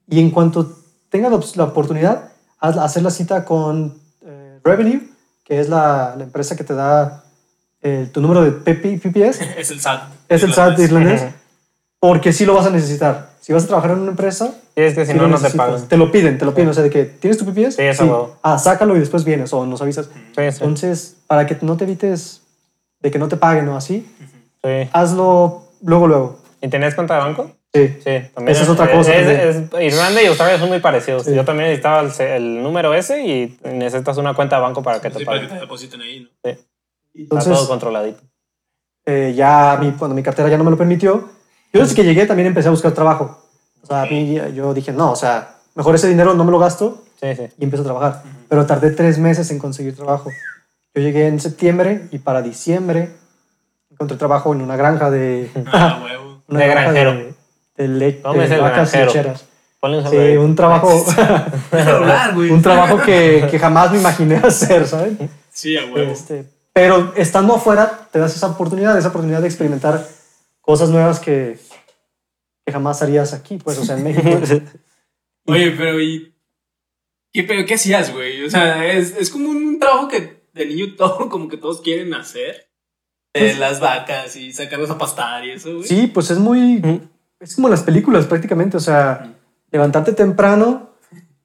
S5: Y en cuanto tengas la, op- la oportunidad, haz- hacer la cita con eh, Revenue, que es la, la empresa que te da eh, tu número de PP, PPS,
S3: Es el SAT.
S5: es el SAT irlandés,
S4: Ujú.
S5: porque sí lo vas a necesitar. Si vas a trabajar en una empresa,
S4: Sí, es que si
S5: sí
S4: no,
S5: lo
S4: no te
S5: necesitas.
S4: pagan.
S5: Te lo piden, te lo piden. O sea, de que tienes tu PPS,
S4: Sí, es a huevo.
S5: ah, sácalo y después vienes o nos avisas.
S4: Sí, sí,
S5: Entonces, para que no te evites de que no te paguen o así,
S4: sí.
S5: hazlo luego, luego.
S4: ¿Y tenías cuenta de banco?
S5: Sí.
S4: Sí, también.
S5: Esa es otra cosa
S4: es- es- Irlanda y Australia son muy parecidos.
S5: Sí.
S4: Yo también necesitaba el, ce- el número ese y necesitas una cuenta de banco para que te
S3: Sí, para que
S4: paguen.
S3: te depositen ahí, ¿no?
S4: Está todo
S5: Entonces,
S4: controladito.
S5: eh, ya mi, cuando mi cartera ya no me lo permitió, yo desde que llegué también empecé a buscar trabajo. O sea, a mí, yo dije, no, o sea, mejor ese dinero no me lo gasto
S4: Sí, sí.
S5: y empecé a trabajar. Pero tardé tres meses en conseguir trabajo. Yo llegué en septiembre y para diciembre encontré trabajo en una granja de...
S3: Ah, huevo.
S5: una
S4: De
S5: granja
S4: granjero.
S5: De, de le-
S4: ¿Cómo es
S5: de
S4: el
S5: vacas
S4: granjero?
S5: lecheras.
S4: Ponle un
S5: Sí,
S4: sombrero.
S5: un trabajo...
S6: Déjalo hablar, güey.
S5: un trabajo que, que jamás me imaginé hacer, ¿saben?
S3: Sí, a huevo.
S5: Este, pero estando afuera te das esa oportunidad, esa oportunidad de experimentar cosas nuevas que, que jamás harías aquí, pues, o sea, en México.
S3: Oye, pero ¿y qué, pero, ¿qué hacías, güey? O sea, es, es como un trabajo que de niño todo, como que todos quieren hacer. Eh, las vacas y sacarlas a pastar y eso, güey.
S5: Pues, Sí, pues es muy...
S4: Mm.
S5: Es como las películas prácticamente, o sea, levantarte temprano,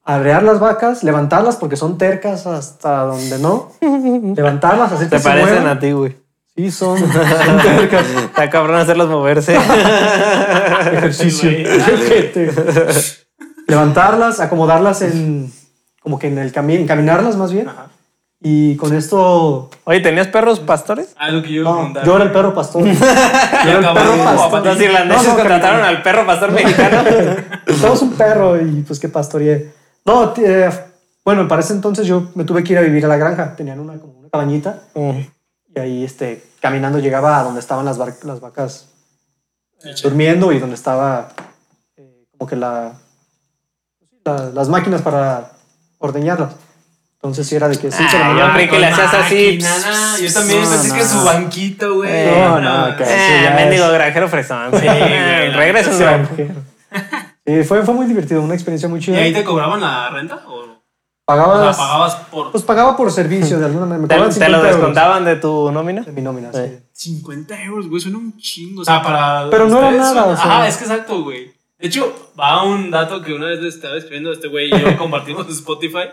S5: arrear las vacas, levantarlas porque son tercas hasta donde no, levantarlas, hacer que
S4: Te
S5: se
S4: parecen
S5: muevan.
S4: a ti, güey.
S5: Sí, son, son tercas.
S4: Está cabrón hacerlas moverse.
S5: ejercicio. Ojete. Levantarlas, acomodarlas en como que en el camino, encaminarlas más bien.
S3: Ajá.
S5: Y con esto,
S4: Oye, ¿tenías perros pastores?
S3: Ah, lo que yo iba a
S5: no,
S3: preguntar.
S5: yo era el perro pastor. Yo era el
S3: acabó.
S5: perro pastor.
S4: Los irlandeses
S5: No, no,
S4: contrataron al perro pastor mexicano.
S5: Somos un perro y pues qué pastoreé. No, t- eh, bueno, para ese entonces yo me tuve que ir a vivir a la granja. Tenían una como una cabañita
S4: Eh,
S5: y ahí este caminando llegaba a donde estaban las, var- las vacas eh, durmiendo y donde estaba eh, como que la, la- las máquinas para ordeñarlas. Entonces sí era de que sí, pero
S4: Ah,
S5: no,
S4: yo creí que le hacías así.
S6: Máquina, nada. Yo también
S5: No,
S6: pensé que
S5: no.
S6: su banquito, güey.
S5: no,
S6: no,
S5: no, que eso
S4: Eh,
S5: ya
S4: mendigo
S5: es-
S4: granjero fresón. Sí,
S3: güey.
S4: Regresa un
S5: sí,
S4: dron.
S5: que- Sí, fue, fue muy divertido, una experiencia muy
S3: ¿Y
S5: chida.
S3: ahí te cobraban la renta? ¿O, o
S5: Pagabas,
S3: sea, pagabas por
S5: pues pagaba por servicio de alguna manera. Me cobraban
S4: ¿Te, te lo
S5: 50 euros
S4: descontaban de tu nómina?
S5: de mi nómina, sí.
S4: Sí.
S3: 50 euros, güey? Suena un chingo. O sea, Ah, para.
S5: Pero no era
S3: ustedes
S5: nada,
S3: suena-
S5: o sea.
S3: Ajá, es que exacto, güey. De hecho, va un dato que una vez le estaba escribiendo a este güey y yo compartimos en Spotify.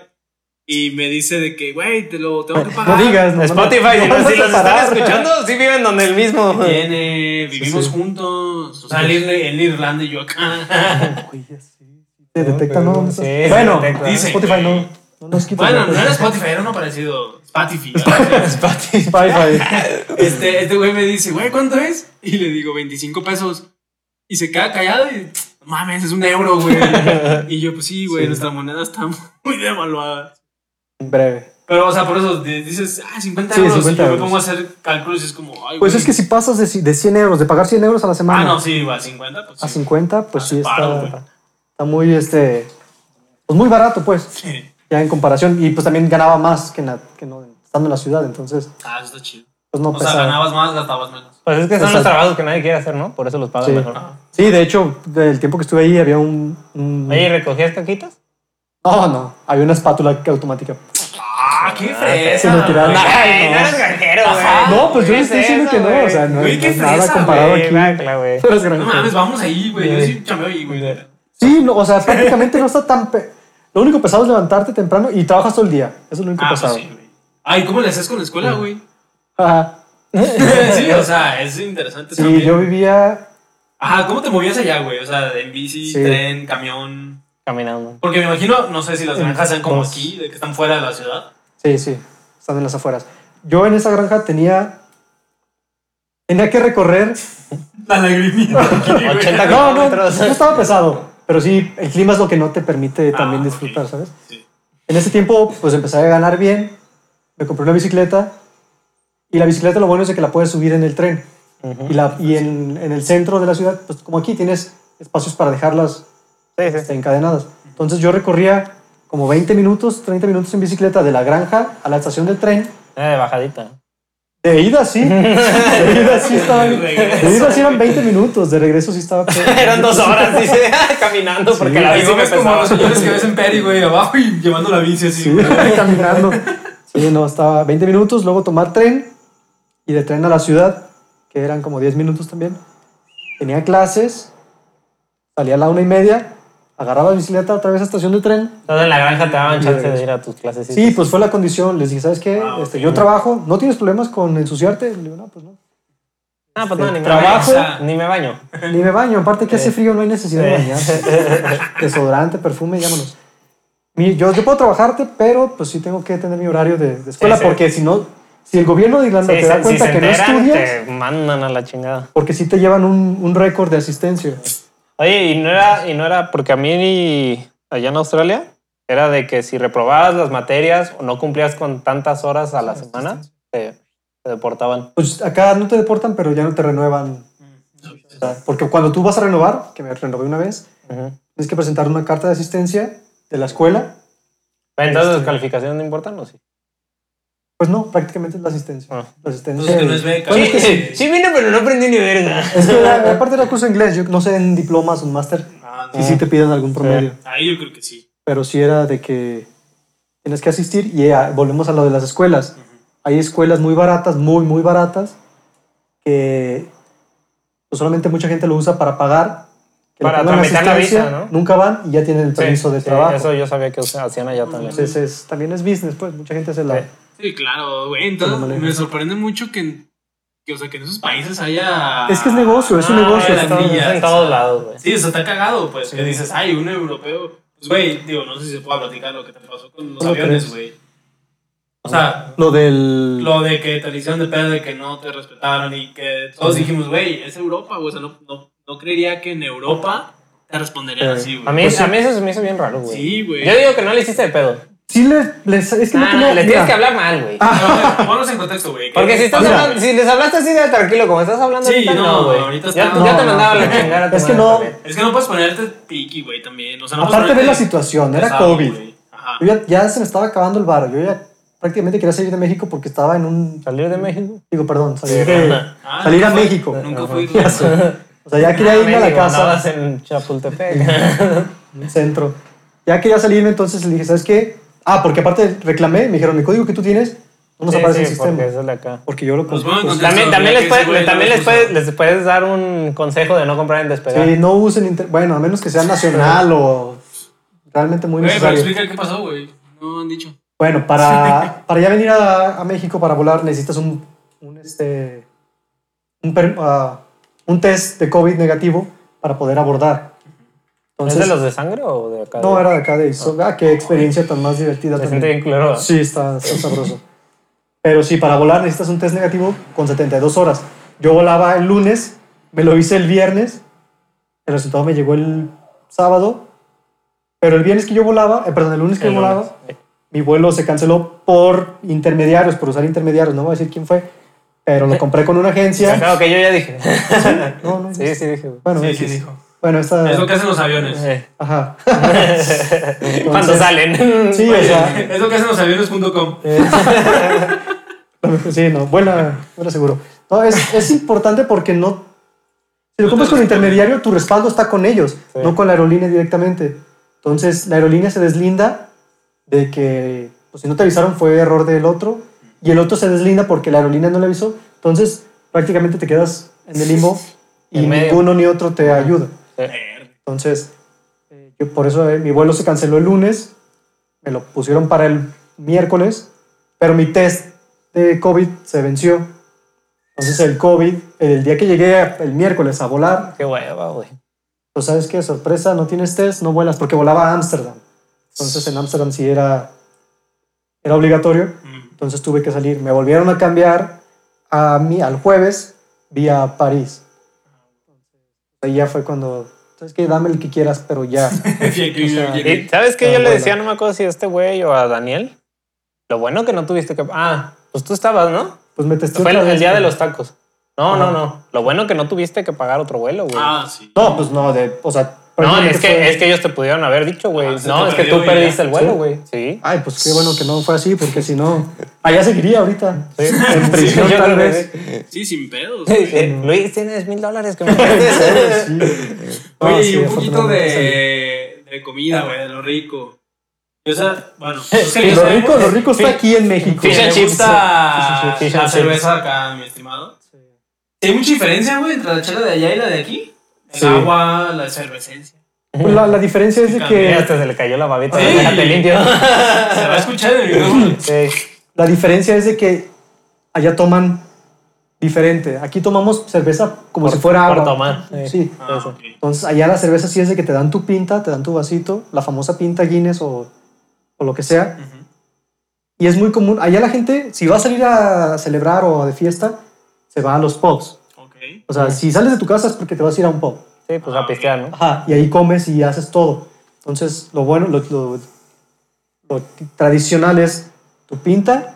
S3: Y me dice de que, güey, te lo tengo que
S5: No
S3: pagar.
S5: digas, no,
S4: Spotify, si
S5: no, no,
S4: nos,
S5: no
S4: si nos
S5: te parar.
S4: están escuchando, sí viven donde el mismo.
S3: Tiene, vivimos juntos. O sea, él, él Irlanda y yo acá.
S5: Güey, ya sí. Te detecta, ¿no? ¿Dónde
S4: Sí,
S5: estás?
S4: se
S5: bueno,
S4: detecta.
S3: Dice,
S5: Spotify no. No nos quita.
S3: bueno, no era Spotify, era uno parecido. Spotify.
S4: Spotify.
S5: Spotify.
S3: Este, este güey me dice, güey, ¿cuánto es? Y le digo, 25 pesos. Y se queda callado y, "No mames, es un euro, güey. Y yo, pues sí, güey, nuestra moneda está muy devaluada.
S5: En breve.
S3: Pero, o sea, por eso di- dices, ah, 50
S5: Sí,
S3: euros.
S5: 50
S3: y yo me
S5: euros.
S3: pongo a hacer cálculos y es como, ay,
S5: Pues
S3: güey.
S5: es que si pasas de, ci- de 100 euros, de pagar 100 euros a la semana
S3: Ah, no, sí, va, 50, pues.
S5: a
S3: sí.
S5: 50, pues
S3: Ah,
S5: sí está,
S3: paro, güey.
S5: está muy, este, pues muy barato, pues,
S3: Sí.
S5: ya en comparación. Y pues también ganaba más que, en la- que no- estando en la ciudad, entonces,
S3: Ah, eso está chido.
S5: pues no
S3: O sea,
S5: pesaba.
S3: ganabas más, gastabas menos.
S4: Pues es que son
S5: Exacto.
S4: los trabajos que nadie quiere hacer, ¿no? Por eso los pagan
S5: Sí.
S4: mejor.
S5: Sí, de hecho, del tiempo que estuve ahí había un... un-
S4: Oye, ¿y ¿recogías caquitas?
S5: No, no, había una espátula que automática.
S3: Ah, qué
S5: Se lo tiraron.
S3: güey.
S4: Ay, no eres granjero,
S3: Ajá.
S4: güey.
S5: no, pues yo
S4: ¿Qué
S5: le
S4: es
S5: estoy diciendo
S4: eso,
S5: que no,
S4: güey?
S5: o sea, no,
S3: Güey, qué
S5: no es nada
S3: fresa,
S5: comparado
S4: Güey,
S5: aquí.
S4: guácala, güey.
S5: Tú eres
S3: No
S5: granjero.
S3: mames, vamos ahí, güey. Yo sí chameo ahí, güey.
S5: Sí, no, o sea, prácticamente no está tan... pe- Lo único pesado es levantarte temprano y trabajas todo el día. Eso es lo único
S3: Ah, pues
S5: pesado.
S3: sí, güey. Ay, ¿cómo le haces con la escuela, güey?
S5: Ajá.
S3: sí, o sea, es interesante
S5: Sí,
S3: también.
S5: yo vivía.
S3: Ajá, ¿cómo te movías allá, güey? O sea, en bici,
S5: Sí.
S3: tren, camión.
S4: Caminando.
S3: Porque me imagino, no sé si las
S5: En
S3: granjas sean como
S5: dos.
S3: aquí, de que están fuera de la ciudad.
S5: Sí, sí, están en las afueras. Yo en esa granja tenía. Tenía que recorrer.
S3: La lagrimita. aquí, güey.
S4: 80
S5: No, no, no
S4: kilómetros.
S5: estaba pesado. Pero sí, el clima es lo que no te permite
S4: Ah,
S5: también
S3: ok.
S5: disfrutar, ¿sabes?
S3: Sí.
S5: En ese tiempo, pues empecé a ganar bien. Me compré una bicicleta. Y la bicicleta, lo bueno es de que la puedes subir en el tren. Y, la, y en, en el centro de la ciudad, pues como aquí, tienes espacios para dejarlas
S4: Sí, sí.
S5: este, encadenadas. Entonces yo recorría como 20 minutos, 30 minutos en bicicleta de la granja a la estación del tren.
S4: Era de bajadita.
S5: De ida sí. De ida sí estaba.
S3: De regreso.
S5: De ida sí eran 20 minutos, de regreso sí estaba.
S4: Eran dos horas, dice, ah, caminando porque la
S3: Ahí
S4: bici
S3: sí
S4: me
S3: ves como
S4: pesaba.
S3: los señores que ves en Peri, güey, abajo y llevando la bici así.
S5: Sí,
S3: güey.
S5: caminando. Sí, no, estaba 20 minutos, luego tomar tren y de tren a la ciudad, que eran como 10 minutos también. Tenía clases, salía a la una y media, agarraba la bicicleta otra vez a estación de tren.
S4: Entonces en la granja te daban
S5: Y
S4: chance de
S5: regreso.
S4: ir a tus clases.
S5: Sí, pues fue la condición. Les dije, ¿sabes qué?
S3: Ah,
S5: Este,
S3: ok.
S5: Yo trabajo, ¿no tienes problemas con ensuciarte? Le digo, no, pues no.
S4: Ah, pues no, ni me
S5: trabajo.
S4: baño. Ni me baño.
S5: Ni me baño, aparte que hace frío, no hay necesidad de
S4: Eh.
S5: bañarse. Desodorante, perfume, llámanos. Mi- yo, yo puedo trabajarte, pero pues sí tengo que tener mi horario de, de escuela,
S4: Sí, sí.
S5: porque si no, si el gobierno de Irlanda
S4: Sí,
S5: te da
S4: se- si
S5: cuenta
S4: se
S5: que no
S4: enteran,
S5: estudias,
S4: te mandan a la chingada.
S5: porque sí te llevan un, un récord de asistencia.
S4: Oye, y no era, y no era porque a mí ni- allá en Australia era de que si reprobabas las materias o no cumplías con tantas horas a la semana, te, te deportaban.
S5: Pues acá no te deportan, pero ya no te renuevan. O sea, porque cuando tú vas a renovar, que me renové una vez,
S4: Ujú.
S5: tienes que presentar una carta de asistencia de la escuela.
S4: Entonces,
S5: Este,
S4: ¿las calificaciones no importan o sí?
S5: Pues no, prácticamente es la asistencia.
S4: Ah.
S5: La asistencia.
S3: Entonces que no es beca.
S5: Bueno, es que
S4: Sí, sí vino, pero no aprendí ni verga.
S5: Es que era- aparte era curso de inglés, yo no sé en diplomas o en máster,
S3: Ah,
S5: si sí te piden algún promedio,
S3: Ahí yo creo que sí.
S5: pero sí era de que tienes que asistir y eh, volvemos a lo de las escuelas. Hay escuelas muy baratas, muy, muy baratas, que pues, solamente mucha gente lo usa para pagar. que le
S4: Para
S5: pongan
S4: tramitar la
S5: asistencia,
S4: visa, ¿no?
S5: Nunca van y ya tienen el permiso
S4: Sí,
S5: de
S4: sí,
S5: trabajo.
S4: Eso yo sabía que hacían allá también.
S5: Entonces es- también es business, pues mucha gente hace la...
S4: Sí.
S3: Sí, claro, güey. Entonces
S5: Pero no le-
S3: me sorprende mucho que, en- que, o sea, que en esos países haya.
S5: Es que es negocio, es un
S3: Ah,
S5: negocio,
S3: la
S5: está-
S4: Estamos
S3: grilla.
S4: en todos lados, güey.
S3: Sí, eso está cagado, pues. Que dices, ay, un europeo. Pues, güey, digo, no sé si se pueda platicar lo que te pasó con los
S5: ¿Cómo
S3: aviones,
S5: crees?
S3: güey. O sea,
S5: Lo del...
S3: lo de que te le hicieron de pedo, de que no te respetaron y que todos dijimos, güey, es Europa, güey. O sea, no, no, no creería que en Europa te responderían así, güey.
S4: A mí,
S5: Pues sí.
S4: a mí eso se me hizo bien raro, güey.
S3: Sí, güey.
S4: Yo digo que no le hiciste de pedo.
S5: Sí les... les- es que no
S4: Ah, le
S5: tenía-
S4: tienes
S5: mira, Ah,
S4: que hablar mal, güey.
S3: Pero, güey, Ponlos en contexto, güey. que-
S4: Porque si, estás
S5: Mira.
S4: hablando- si les hablaste así de tranquilo, como estás hablando
S3: Sí,
S4: ahorita,
S3: no,
S4: no, güey.
S3: ahorita
S4: ya,
S3: está-
S4: ya
S5: No,
S4: te
S5: no,
S4: mandaba
S5: no.
S4: la chingada. a tu
S5: Es que
S4: madre
S5: no-
S4: también.
S3: Es que no puedes ponerte piqui, güey, también. O sea, no puedes
S5: Aparte de
S3: ponerte
S5: la situación, era
S3: pesado,
S5: COVID.
S3: güey. Ajá.
S5: Yo ya, ya se me estaba acabando el bar. Yo ya prácticamente quería salir de México porque estaba en un.
S4: Salir de México.
S5: Digo, perdón, salir,
S4: Sí,
S5: de-
S4: ajá.
S3: Ah,
S5: salir a
S3: nunca fui-
S5: México.
S3: Nunca
S4: Ajá.
S3: fui.
S5: Ya sé. O sea, ya quería irme a la
S4: Ah, México,
S5: casa,
S4: andabas en Chapultepec.
S5: al centro. Ya quería salirme, entonces le dije, ¿sabes qué? Ah, porque aparte reclamé, me dijeron, el código que tú tienes no nos
S4: Sí,
S5: aparece en
S4: sí,
S5: el
S4: porque
S5: sistema.
S4: esa es la acá.
S5: Porque yo lo
S3: Nos
S5: compré. pues,
S3: vamos a
S4: También,
S3: Eso,
S4: también,
S3: ya
S4: les,
S3: que
S4: puede-
S3: ese güey
S4: también
S3: no
S4: les,
S3: lo
S4: puede-
S3: puso.
S4: les puedes dar un consejo de no comprar en despegar.
S5: Sí, no usen inter- Bueno, a menos que sea nacional o realmente muy
S3: Güey, pero
S5: necesario.
S3: explica qué pasó, güey. No han dicho.
S5: Bueno, para, para ya venir a, a México para volar necesitas un, un, este, un, per- ah, un test de COVID negativo para poder abordar. Entonces,
S4: ¿Es de los de sangre o de acá?
S5: no era de acá de Iso- Ah, qué experiencia tan más divertida.
S4: Se
S5: también.
S4: siente bien culero. ¿verdad?
S5: Sí, está, está sabroso. Pero sí, para volar necesitas un test negativo con 72 horas. Yo volaba el lunes, me lo hice el viernes, el resultado me llegó el sábado, pero el viernes que yo volaba, eh, perdón, el lunes que
S4: El
S5: yo
S4: lunes.
S5: volaba, mi vuelo se canceló por intermediarios, por usar intermediarios, no voy a decir quién fue, pero lo compré con una agencia.
S4: Claro que yo ya dije.
S5: No, no,
S4: Sí, sí, dije. güey.
S5: Bueno,
S3: Sí, sí,
S5: X.
S3: dijo.
S5: Bueno, esta...
S3: Es lo que hacen los aviones.
S4: Eh.
S5: Ajá.
S4: Cuando
S5: Entonces-
S4: salen.
S5: Sí, o sea...
S3: Es lo que hacen los aviones.com.
S5: Eh, Sí, no, vuela, vuela seguro. No, es, es importante porque no. Si lo compras con intermediario, tu respaldo está con ellos,
S4: Sí.
S5: no con la aerolínea directamente. Entonces, la aerolínea se deslinda de que, pues, si no te avisaron, fue error del otro. Y el otro se deslinda porque la aerolínea no le avisó. Entonces, prácticamente te quedas en el limbo y
S4: En medio.
S5: ninguno ni otro te ayuda.
S3: Verga.
S5: Entonces, eh, yo por eso eh, mi vuelo se canceló el lunes, me lo pusieron para el miércoles Pero mi test de COVID se venció. Entonces el COVID, el día que llegué el miércoles a volar,
S4: Qué hueva, güey.
S5: pues sabes qué, sorpresa, no tienes test, no vuelas, porque volaba a Ámsterdam. Entonces en Ámsterdam sí era, era obligatorio, entonces tuve que salir. Me volvieron a cambiar a mí al jueves vía París. Ahí ya fue cuando, sabes qué, dame el que quieras, pero ya.
S3: Eh,
S4: Y, ¿Sabes qué?
S5: Ah,
S4: Yo le
S5: bueno.
S4: decía, no me acuerdo si a este güey o a Daniel. Lo bueno que no tuviste que. Ah, pues tú estabas, ¿no?
S5: Pues me testé
S4: Fue el,
S5: otra
S4: el
S5: vez,
S4: día de
S5: pero-
S4: los tacos. No,
S5: Ajá.
S4: no, no. Lo bueno que no tuviste que pagar otro vuelo, güey.
S3: Ah, sí.
S5: No, pues no, de, o sea...
S4: no, es que,
S5: fue-
S4: es que ellos te pudieron haber dicho, güey.
S3: Ah, se
S4: no,
S3: te
S4: es que
S3: perdió
S4: tú
S3: y ya.
S4: perdiste el vuelo,
S5: Sí.
S4: güey. Sí.
S5: Ay, pues qué bueno que no fue así, porque si no, allá seguiría ahorita.
S4: Sí.
S5: En prisión
S4: Sí, yo
S5: tal
S4: creo que
S5: vez.
S3: Sí, sin pedos.
S4: Sí, sí.
S5: Eh,
S4: Luis, tienes mil dólares que me
S5: Este
S4: prestes.
S5: Sí. No,
S3: Oye,
S5: sí,
S3: y un poquito
S5: afortunadamente salió.
S3: de, de comida, güey, de lo rico. O sea, bueno, es que
S4: Sí,
S3: yo
S5: Lo
S3: sé-
S5: rico, lo rico está aquí en México.
S4: Fish and
S3: me
S4: chips.
S3: gusta
S4: Fish and chips.
S3: la cerveza acá, mi estimado.
S6: ¿Hay mucha diferencia, güey, entre la chela de allá y la de aquí?
S3: El agua, la efervescencia.
S5: Pues la, la diferencia es de
S4: Mira,
S5: que
S4: hasta se le cayó la babita.
S6: Sí.
S4: Déjate limpio.
S6: Se va a escuchar en el micrófono.
S4: Sí.
S5: la diferencia es de que allá toman diferente. Aquí tomamos cerveza como
S4: Por-
S5: si fuera
S4: por
S5: agua.
S4: tomar, sí.
S5: Sí.
S3: Ah, ok.
S5: Entonces allá la cerveza sí es de que te dan tu pinta, te dan tu vasito, la famosa pinta Guinness o, o lo que sea. Y es muy común. Allá la gente, si va a salir a celebrar o de fiesta, se va a los pubs.
S3: Ok.
S5: O sea, si sales de tu casa es porque te vas a ir a un pub.
S4: Sí, pues a pistear, ¿no?
S5: Ajá, y ahí comes y haces todo. Entonces, lo bueno, lo, lo- lo t- tradicional es tu pinta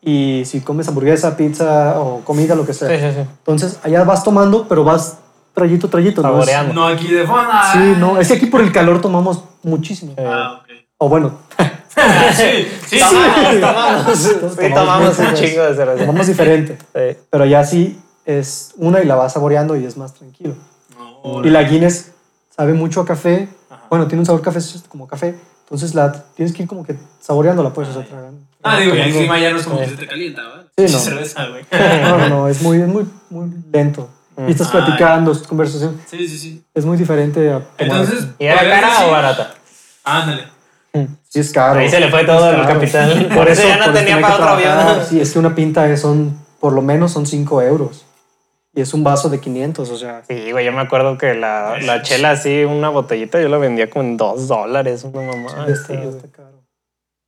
S5: y si comes hamburguesa, pizza o comida, lo que sea.
S4: Sí, sí, sí.
S5: Entonces, allá vas tomando, pero vas trayito, trayito. ¿no? Es-
S4: Saboreando.
S6: No aquí de fondo.
S5: sí, no, es que aquí por el calor tomamos muchísimo.
S3: Ah, ok.
S5: O bueno,
S6: Sí, sí, sí.
S4: Tomamos, tomamos.
S5: Entonces,
S4: Sí,
S5: tomamos
S4: tomamos un
S5: muchas
S4: chingo de cerveza.
S5: tomamos diferente.
S4: Sí.
S5: Pero allá sí es una y la vas saboreando y es más tranquilo.
S3: No,
S5: Y la Guinness sabe mucho a café. Bueno, tiene un sabor café, es como café. Entonces la tienes que ir como que saboreándola, pues, o sea, tragando.
S6: Ah, digo,
S3: y
S6: ya encima
S3: encima
S6: ya no
S3: ya no
S6: es
S3: es
S6: como que
S3: que
S6: se
S3: se te calienta, ¿verdad?
S5: Sí, no.
S3: cerveza, güey.
S5: No, no, es muy, es muy, muy lento.
S4: Mm.
S5: Y estás
S3: Ay.
S5: platicando, es conversación.
S3: Sí, sí, sí.
S5: Es muy diferente a tomar.
S3: Entonces,
S4: ¿Y era
S3: podrías
S4: cara
S3: decir-
S4: o barata?
S3: Ándale.
S5: sí es caro.
S4: Ahí se le fue todo
S5: Es
S4: al
S5: caro.
S4: capitán. Por eso ya no
S5: por
S4: tenía
S5: hay que
S4: para otro
S5: trabajar.
S4: avión.
S5: Sí, es que una pinta es- son, por lo menos son 5 euros. Y es un vaso de 500, o sea.
S4: Sí, güey, yo me acuerdo que la, la chela así, una botellita, yo la vendía como en dos dólares, una mamá.
S5: está-
S4: así, Ah, güey.
S5: está caro.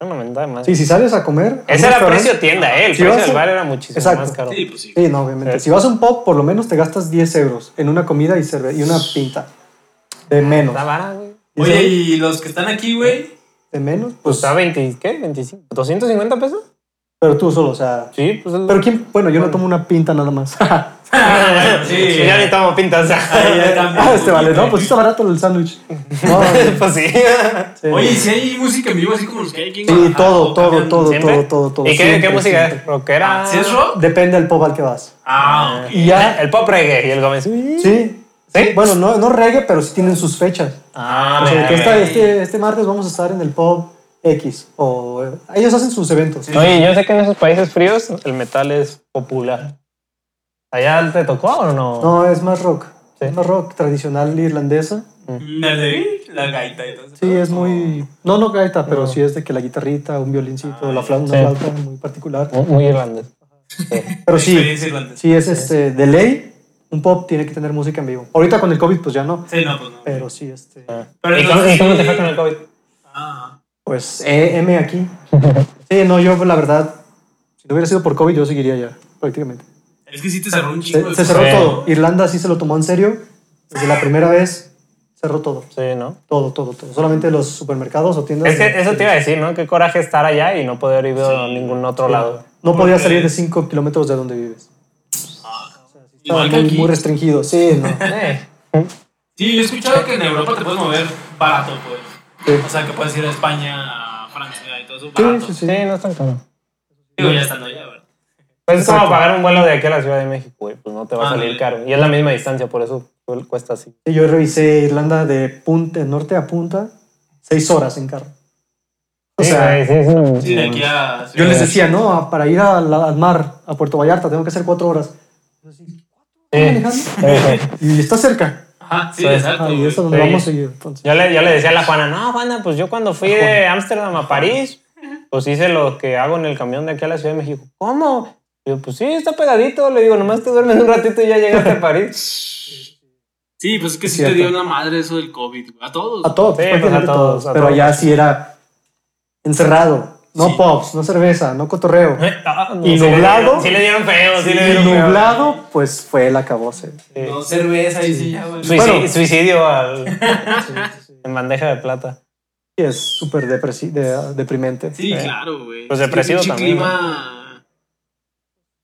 S4: Una mentada más.
S5: Sí, si sales a comer. a
S4: Ese
S5: un
S4: era
S5: restaurante-
S4: precio tienda, ¿eh? El
S5: Sí,
S4: precio
S5: vas
S4: del
S5: a-
S4: bar era muchísimo
S5: Exacto.
S4: más caro.
S3: Sí, pues sí.
S5: Sí, no, obviamente.
S4: Sí.
S5: Si vas a un pub, por lo menos te gastas 10 euros en una comida y, cerve y una pinta. De menos.
S4: Está vara, güey.
S3: Oye, y los que están aquí, güey.
S5: De menos,
S4: Pues
S5: pues.
S4: está 20, ¿qué? 25. ¿250 pesos?
S5: Pero tú solo, o sea.
S4: Sí, pues es lo-
S5: Pero quién. Bueno, yo no tomo una pinta nada más. ah,
S3: sí.
S4: Yo ya ni tomo pintas.
S5: este vale. No, pues sí está barato el sándwich. No,
S4: pues sí.
S5: sí.
S3: Oye, ¿y si hay música en vivo así como los que hay aquí en
S5: Sí,
S3: Guadalajara?
S5: todo,
S3: ¿O
S5: todo,
S3: cambian?
S5: todo,
S4: ¿Siempre?
S5: todo, todo, todo.
S4: ¿Y qué,
S5: siempre,
S4: qué música
S5: siempre.
S4: es? ¿Rockera?
S3: Ah, ¿Sí es rock?
S5: Depende del pub al que vas.
S3: Ah, ok.
S5: Y ya.
S4: El pop reggae y el Gómez.
S5: Sí.
S4: ¿Sí?
S5: Bueno, no, no reggae, pero sí tienen sus fechas.
S4: Ah,
S5: O sea, de
S4: mira,
S5: que
S4: mira.
S5: esta- este, este martes vamos a estar en el pub X. O eh, ellos hacen sus eventos.
S4: Oye, yo sé que en esos países fríos el metal es popular. ¿Allá te tocó o no?
S5: No, es más rock.
S4: Sí.
S5: Es más rock tradicional irlandesa.
S3: La de la gaita y todo eso.
S5: Sí, es muy. No, no gaita, pero sí es de que la guitarrita, un violincito, la flauta, una
S4: Sí.
S5: flauta muy particular.
S4: Muy, muy irlandés.
S5: Pero sí,
S3: Experiencia irlandesa.
S5: sí es este. De ley, un pop tiene que tener música en vivo. Ahorita con el COVID, pues ya no.
S3: Sí, no, pues no.
S5: Pero sí, este.
S3: Pero
S4: ¿Y cómo,
S3: entonces
S4: y cómo te
S3: sí.
S4: fue con el COVID?
S3: Ah,
S5: Pues eh, M aquí. Sí, no, yo la verdad, si no hubiera sido por COVID, yo seguiría ya, prácticamente.
S3: es que sí te cerró un chingo.
S5: Se,
S3: de
S5: se
S3: cosas.
S5: cerró
S4: Sí.
S5: todo. Irlanda sí se lo tomó en serio. Desde la primera vez, cerró todo.
S4: Sí, ¿no?
S5: Todo, todo, todo. Solamente los supermercados o tiendas.
S4: Es que
S5: de-
S4: eso te iba a decir, ¿no? Qué coraje estar allá y no poder ir a ningún otro lado.
S5: No podías
S3: Porque-
S5: salir de 5 kilómetros de donde vives. Estaba
S3: Igual que
S5: muy,
S3: aquí.
S5: muy restringido. Sí, no.
S4: Eh,
S3: Sí, yo he escuchado que en Europa te puedes mover barato, pues.
S5: Sí.
S3: O sea, que puedes ir a España, a Francia y todo eso
S5: Sí,
S3: barato.
S5: sí, sí.
S4: sí, no es tan caro.
S3: Digo, ya estando allá, ¿verdad?
S4: Pues es como pagar un vuelo de aquí a la Ciudad de México, güey. Pues no te va a
S3: Ah,
S4: salir
S3: sí.
S4: caro. Y es la misma distancia, por eso cuesta así.
S5: Sí, Yo revisé Irlanda de punta, de norte a punta, 6 horas en carro. O
S4: Sí,
S5: sea,
S4: güey, sí, es un-
S3: Sí, de aquí a...
S5: Yo les decía, no, a- para ir a la- al mar, a Puerto Vallarta, tengo que hacer cuatro horas.
S4: Sí. Sí, sí.
S5: Y está cerca.
S3: Ajá, sí,
S4: Sí.
S3: exacto.
S5: Ah, y
S3: güey.
S5: eso donde
S4: Sí.
S5: vamos seguido. Entonces,
S4: Yo le, yo le decía a la Juana, no, Juana, pues yo cuando fui de Ámsterdam a París, pues hice lo que hago en el camión de aquí a la Ciudad de México. ¿Cómo? Y yo, pues sí, está pegadito. Le digo, nomás te duermes un ratito y ya llegaste a París.
S3: Sí, pues es que
S5: Es
S3: sí te
S5: cierto.
S3: dio la madre eso del COVID, güey. A todos.
S5: A todos,
S4: Sí, pues,
S5: prácticamente
S4: a todos, a
S5: Pero
S4: todos.
S5: allá sí era encerrado. No
S3: Sí.
S5: pops, no cerveza, no cotorreo.
S4: Ah, no,
S5: Eh, Y
S4: sí le
S5: nublado.
S4: dieron- Sí le dieron feo, sí, le
S5: Y
S4: dieron feo.
S5: nublado, pues fue el acabose.
S4: Sí.
S6: No, cerveza y sí, ya, güey.
S4: Suicid-
S5: Bueno.
S4: Suicidio al- en bandeja de plata.
S5: Y es súper depresi- de- deprimente.
S3: Sí,
S4: Eh.
S3: claro, güey.
S4: Pues
S3: Es que
S4: depresivo
S3: pinche
S4: también,
S3: clima.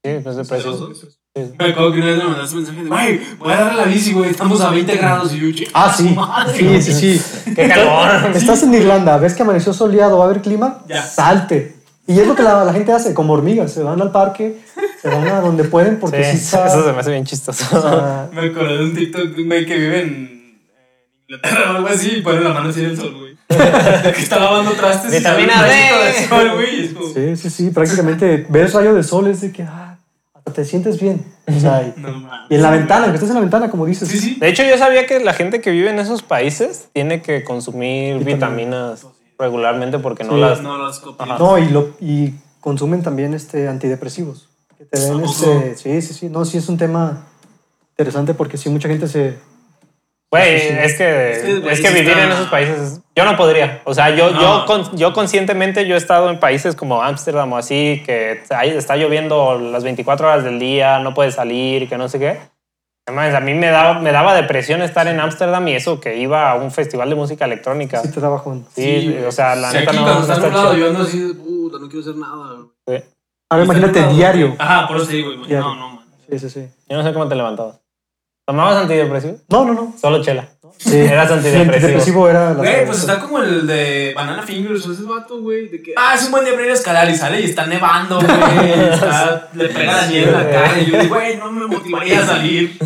S4: Sí, pues de precio.
S3: celoso. Me acuerdo que una vez me mandaste un mensaje de, güey, voy a darle la bici, güey. Estamos a 20 grados y yo, "Che,
S5: Ah, sí.
S3: madre".
S5: Sí, sí, sí.
S4: ¡Qué calor!
S5: Estás en Irlanda, ves que amaneció soleado, va a haber clima,
S3: Ya.
S5: salte. Y es lo que la, la gente hace, como hormigas, se van al parque, se van a donde pueden porque sí,
S4: Sí,
S5: está- ah,
S4: eso se me hace bien chistoso.
S5: está-
S6: Me acordé de un TikTok de un güey que vive en en Inglaterra o algo así y pone la mano así en el sol, güey. De que está lavando trastes. y
S4: Vitamina
S6: sale un
S4: D.
S6: rayito de sol, güey. y es como,
S5: Sí, sí, sí, prácticamente ves rayo de sol, es de que ah, hasta te sientes bien. O sea, y,
S6: No mames.
S5: y en la ventana, que estés en la ventana, como dices.
S6: Sí, sí.
S4: De hecho, yo sabía que la gente que vive en esos países tiene que consumir vitaminas regularmente porque no
S5: Sí.
S4: las...
S3: Pues No las copié.
S5: No, y, lo, y consumen también este, antidepresivos. Que te den este, sí, sí, sí. No, sí es un tema interesante porque sí, mucha gente se...
S4: Güey,
S5: Sí, sí.
S4: es
S3: Es que,
S4: que,
S3: güey,
S4: es que
S3: sí
S4: vivir
S3: está-
S4: en esos países, es- yo no podría. O sea, yo, yo,
S3: No.
S4: con- yo conscientemente, yo he estado en países como Ámsterdam o así, que ahí está lloviendo las 24 horas del día, no puedes salir, que no sé qué. No mames, a mí me daba, me daba depresión estar en Ámsterdam y eso que iba a un festival de música electrónica.
S5: Sí
S4: Sí,
S5: te da bajón.
S3: güey.
S4: o sea, la
S3: Si
S4: neta
S3: aquí
S4: no,
S3: cuando
S4: no
S3: está
S4: está
S3: nublado,
S4: chido.
S3: yo ando así, de, puta, no quiero hacer nada, güey.
S4: Sí. Ah,
S3: Está
S5: Ahora imagínate
S3: nublado,
S5: diario.
S3: güey. Ajá, por eso te digo, güey.
S5: Diario.
S3: No, no, man.
S5: Sí, sí, sí.
S4: Yo no sé cómo te levantabas. ¿Tomabas antidepresivo?
S5: No, no, no.
S4: Solo chela.
S5: Sí.
S4: Eras
S5: El
S4: antidepresivo.
S5: antidepresivo era... la
S6: Güey, pues
S5: cerveza.
S6: está como el de Banana Fingers, ese vato, güey. De que,
S3: Ah,
S6: ah, es un buen día para ir a escalar y sale y está nevando, güey. Está, le pega la nieve en la cara. Y yo digo, güey, no me motivaría a salir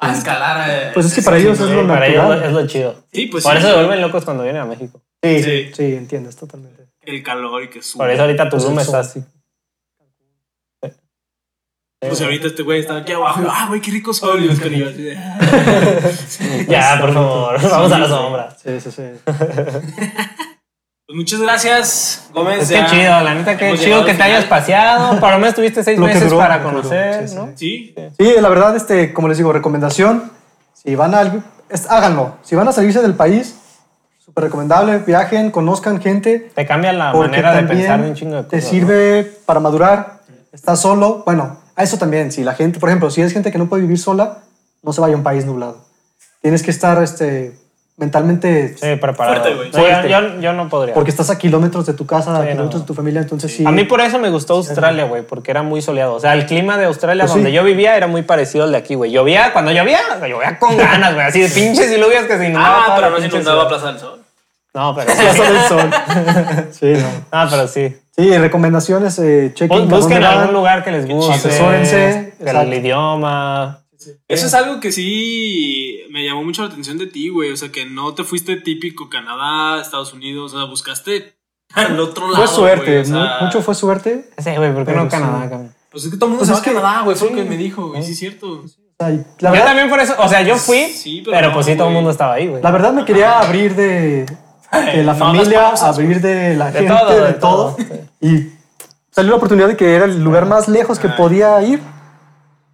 S6: a escalar. eh,
S5: Pues es que para
S6: ese
S5: ellos
S4: Sí,
S5: es lo
S4: para ellos
S5: natural.
S4: es lo chido.
S3: Sí, pues
S4: Por
S3: sí,
S4: eso se vuelven locos cuando vienen a México.
S5: Sí,
S3: Sí.
S5: sí, entiendes totalmente.
S3: el calor y que sube.
S4: Por eso ahorita tu
S5: Pues
S4: Zoom
S5: eso.
S4: está así.
S3: Pues ahorita este güey está aquí abajo. Ah, güey, qué rico sol. Y yo estoy así de, ah,
S4: Ya, por favor, vamos a la sombra.
S5: Sí, sí, sí.
S3: Pues muchas gracias, Gómez.
S4: Es
S3: ya.
S4: que chido, la neta, qué
S3: hemos
S4: chido
S3: llegado
S4: que
S3: al
S4: te
S3: final.
S4: hayas paseado. Por lo menos tuviste seis
S5: Lo que
S4: meses
S5: duró,
S4: para
S5: lo que duró,
S4: conocer,
S5: sí,
S4: ¿no?
S5: sí,
S3: Sí,
S5: Sí, la verdad, este, como les digo, recomendación. Si van a algo, es- háganlo. Si van a salirse del país, súper recomendable. Viajen, conozcan gente.
S4: Te cambia la
S5: porque
S4: manera de
S5: también
S4: pensar de un chingo de
S5: Te
S4: cosas.
S5: sirve para madurar. Estás solo. Bueno, a eso también. Si la gente, por ejemplo, si es gente que no puede vivir sola, no se vaya a un país nublado. Tienes que estar este, mentalmente.
S4: ¿no? Sí, preparado.
S3: Fuerte, güey.
S4: Sí,
S5: Fuerte.
S4: yo, yo no podría.
S5: Porque estás a kilómetros de tu casa, a
S4: Sí,
S5: kilómetros
S4: no.
S5: de tu familia. Entonces, sí.
S4: A mí por eso me gustó Australia, güey, porque era muy soleado. O sea, el clima de Australia
S5: Pues sí.
S4: donde yo vivía era muy parecido al de aquí, güey. Llovía, cuando llovía, o sea, llovía con ganas, güey. Así de pinches diluvias que se inundaba.
S3: Ah,
S4: toda
S3: pero
S4: la
S3: no se
S4: pinche
S3: inundaba
S4: ciudad.
S3: Plaza del Sol.
S4: No, pero sí.
S5: Plaza del Sol. sí, no.
S4: Ah, pero sí.
S5: Sí, recomendaciones, eh, chequen
S4: Bu-
S5: para
S4: Busquen
S5: dónde van.
S4: algún lugar que les guste.
S5: Asesórense.
S4: El
S5: Exacto.
S4: idioma.
S3: Eso
S5: Eh.
S3: es algo que sí me llamó mucho la atención de ti, güey. O sea, que no te fuiste típico Canadá, Estados Unidos. O sea, buscaste al otro lado.
S5: Fue suerte,
S3: güey, o sea,
S5: mu- mucho fue suerte.
S4: Sí, güey, ¿por qué
S5: Pero
S4: no Canadá,
S5: sí.
S4: cabrón?
S3: Pues es que todo el mundo
S5: Pues
S3: se
S5: es
S3: va a
S5: que-
S3: Canadá, güey. Fue lo que me dijo, güey. Sí, es cierto.
S5: O sea, y la,
S4: Yo
S5: verdad,
S4: también por eso, o sea, yo fui,
S3: Sí, pero
S4: pero,
S3: no,
S4: pues sí, todo el
S3: güey.
S4: mundo estaba ahí, güey.
S5: la verdad me quería abrir de, de la
S3: No,
S5: familia,
S3: las pausas,
S5: abrir de la
S4: De
S5: gente,
S4: todo,
S5: de,
S4: de
S5: todo.
S4: todo,
S5: Y salió la oportunidad de que era el lugar más lejos que podía ir.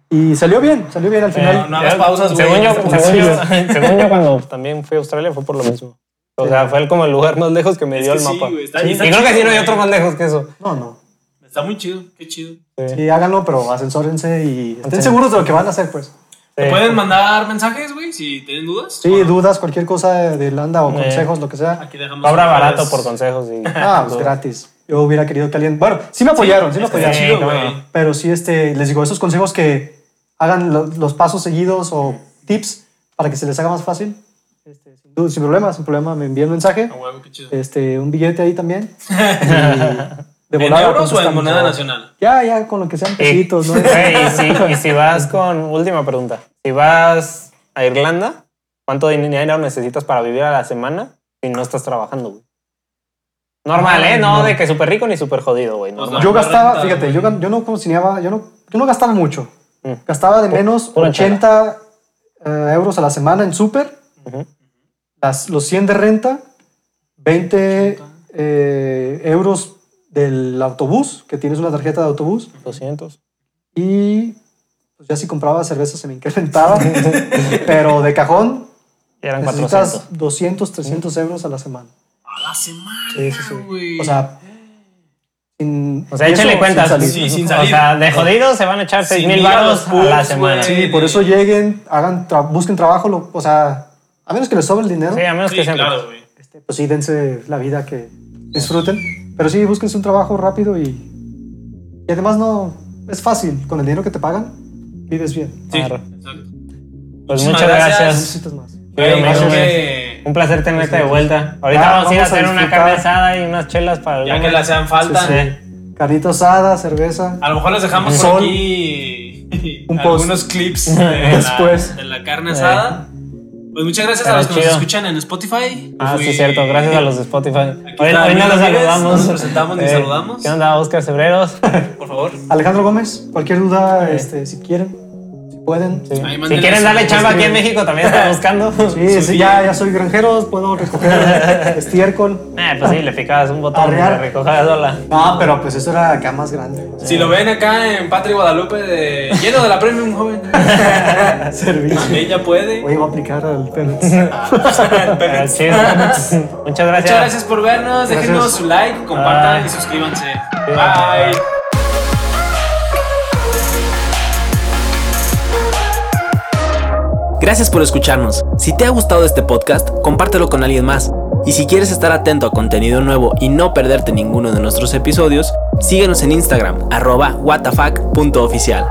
S5: Y salió bien, salió bien al final.
S6: no hagas pausas, güey.
S4: Eh, Según yo,
S6: Sí,
S4: según yo-
S5: güey.
S4: según yo cuando también fui a Australia fue por lo mismo. O sea, fue el- como el lugar más lejos que me
S3: Es
S4: dio
S3: que
S4: el
S3: sí,
S4: mapa.
S3: güey, está-
S4: Sí.
S3: está
S4: y creo que
S3: chido,
S4: sí no hay
S3: güey.
S4: otro más lejos que eso.
S5: No, no.
S3: Está muy chido, qué chido.
S5: Sí, háganlo, pero ascensórense y estén
S4: Sí.
S5: seguros de lo que van a hacer, pues.
S3: ¿Te
S4: Sí.
S3: pueden mandar mensajes, güey, si tienen dudas?
S5: Sí, dudas, cualquier cosa de Irlanda o
S4: Eh.
S5: consejos, lo que sea.
S3: Aquí dejamos.
S4: Cobra
S3: los
S4: barato
S3: lugares.
S4: por consejos y...
S5: Ah, pues gratis. Yo hubiera querido que alguien. Bueno, sí este, me apoyaron, sí me
S3: es que
S5: apoyaron.
S3: está chido,
S4: Sí,
S3: güey.
S4: no.
S5: Pero sí, este, les digo, esos consejos que hagan lo- los pasos seguidos o tips para que se les haga más fácil. Este, sin, duda, sin problema, sin problema, me envían mensaje.
S3: A huevo, qué chido.
S5: Este, un billete ahí también. y de
S3: ¿En
S5: volada
S3: euros o en
S5: contestamos.
S3: moneda nacional?
S5: Ya, ya, con lo que sean pesitos, ¿no?
S4: Eh, Güey, y, si, y si vas con... Última pregunta. Si vas a Irlanda, ¿cuánto dinero necesitas para vivir a la semana si no estás trabajando, güey? Normal, ¿eh? No, de que súper rico ni súper jodido, güey.
S3: sea,
S4: normal.
S5: Yo
S3: la
S5: gastaba,
S3: renta,
S5: fíjate, yo, gan- yo no consignaba, yo no, yo no gastaba mucho.
S4: Mm.
S5: Gastaba de menos
S4: pura
S5: 80 eh, euros a la semana en súper,
S4: Ujú.
S5: las- los 100 de renta, 20 eh, euros del autobús, que tienes una tarjeta de autobús,
S4: 200.
S5: y pues ya si compraba cerveza se me incrementaba, pero de cajón
S4: Y eran
S5: necesitas
S4: 400.
S5: 200, 300 euros a la semana.
S3: A la semana,
S5: Sí, sí, sí.
S3: güey.
S5: O sea, sin-
S4: O sea,
S5: y eso
S4: échale
S5: sin
S4: cuentas.
S5: salir.
S6: Sí, sin
S4: O
S6: salir.
S4: sea, de jodido se van a echar
S6: Sin
S4: 6 mil
S6: ir a
S4: baros
S6: los
S4: a la
S6: pubs,
S4: semana.
S6: güey.
S4: Sí,
S5: Sí, por eso lleguen, hagan, tra- busquen trabajo, lo- o sea, a menos que les sobre el dinero,
S4: a menos
S3: sí,
S4: que sean.
S3: claro, güey.
S5: este, pues sí, dense la vida que disfruten. Pero sí, búsquense un trabajo rápido y, y además no es fácil. Con el dinero que te pagan, vives bien.
S3: Sí,
S4: Arre.
S3: exacto.
S4: Pues
S6: Muchísimas
S4: muchas
S6: gracias.
S5: No
S4: gracias.
S5: necesitas más.
S4: Pero
S6: Güey,
S4: menos
S6: creo
S4: es-
S6: que
S4: Un placer tenerte de vuelta. Ahorita
S5: Ah,
S4: vamos a ir a
S5: vamos a
S4: hacer una
S5: disfrutar.
S4: carne asada y unas chelas para el
S6: ya que le hacían falta.
S5: Sí, sí. Carnita asada, cerveza.
S6: A lo mejor los dejamos
S5: Un
S6: por
S5: sol.
S6: aquí
S5: Un post.
S6: algunos clips de la-
S5: Después.
S3: De la carne asada. Pues muchas gracias a
S4: Pero
S3: los que nos
S4: Eh. chido.
S3: escuchan en Spotify.
S4: Ah, sí,
S3: Fui-
S4: cierto. Gracias a los de Spotify.
S3: Aquí
S4: Hoy,
S3: está
S4: hoy no
S3: Miguel
S4: los
S3: Ramírez,
S4: saludamos.
S6: no nos presentamos ni
S4: Eh,
S6: saludamos.
S4: ¿Qué onda, Oscar Cebreros?
S6: Por favor.
S5: Alejandro Gómez, cualquier duda,
S4: Sí.
S5: este, si quieren, si pueden.
S4: Sí.
S3: Ahí
S4: Si
S3: mándenle
S4: quieren
S3: su-
S4: darle chamba aquí en
S5: escriben.
S4: México, también está buscando.
S5: Sí, sí, ya, ya soy granjero, puedo recoger estiércol.
S4: Eh, pues sí, le picabas un botón y
S5: Arrear.
S4: la recogías sola.
S5: No, pero pues eso era acá más grande.
S6: Si lo ven acá en Patria Guadalupe de lleno de la premium joven.
S5: Servicio.
S6: También ya puede.
S5: Oye, voy a aplicar al perro.
S4: Pero chido. Muchas gracias.
S6: Muchas gracias por vernos.
S5: Gracias.
S6: Déjenos su like, compartan
S4: Bye.
S6: y suscríbanse.
S4: Bye.
S6: Bye.
S1: Gracias por escucharnos. Si te ha gustado este podcast, compártelo con alguien más. Y si quieres estar atento a contenido nuevo y no perderte ninguno de nuestros episodios, síguenos en Instagram, arroba wtf.oficial.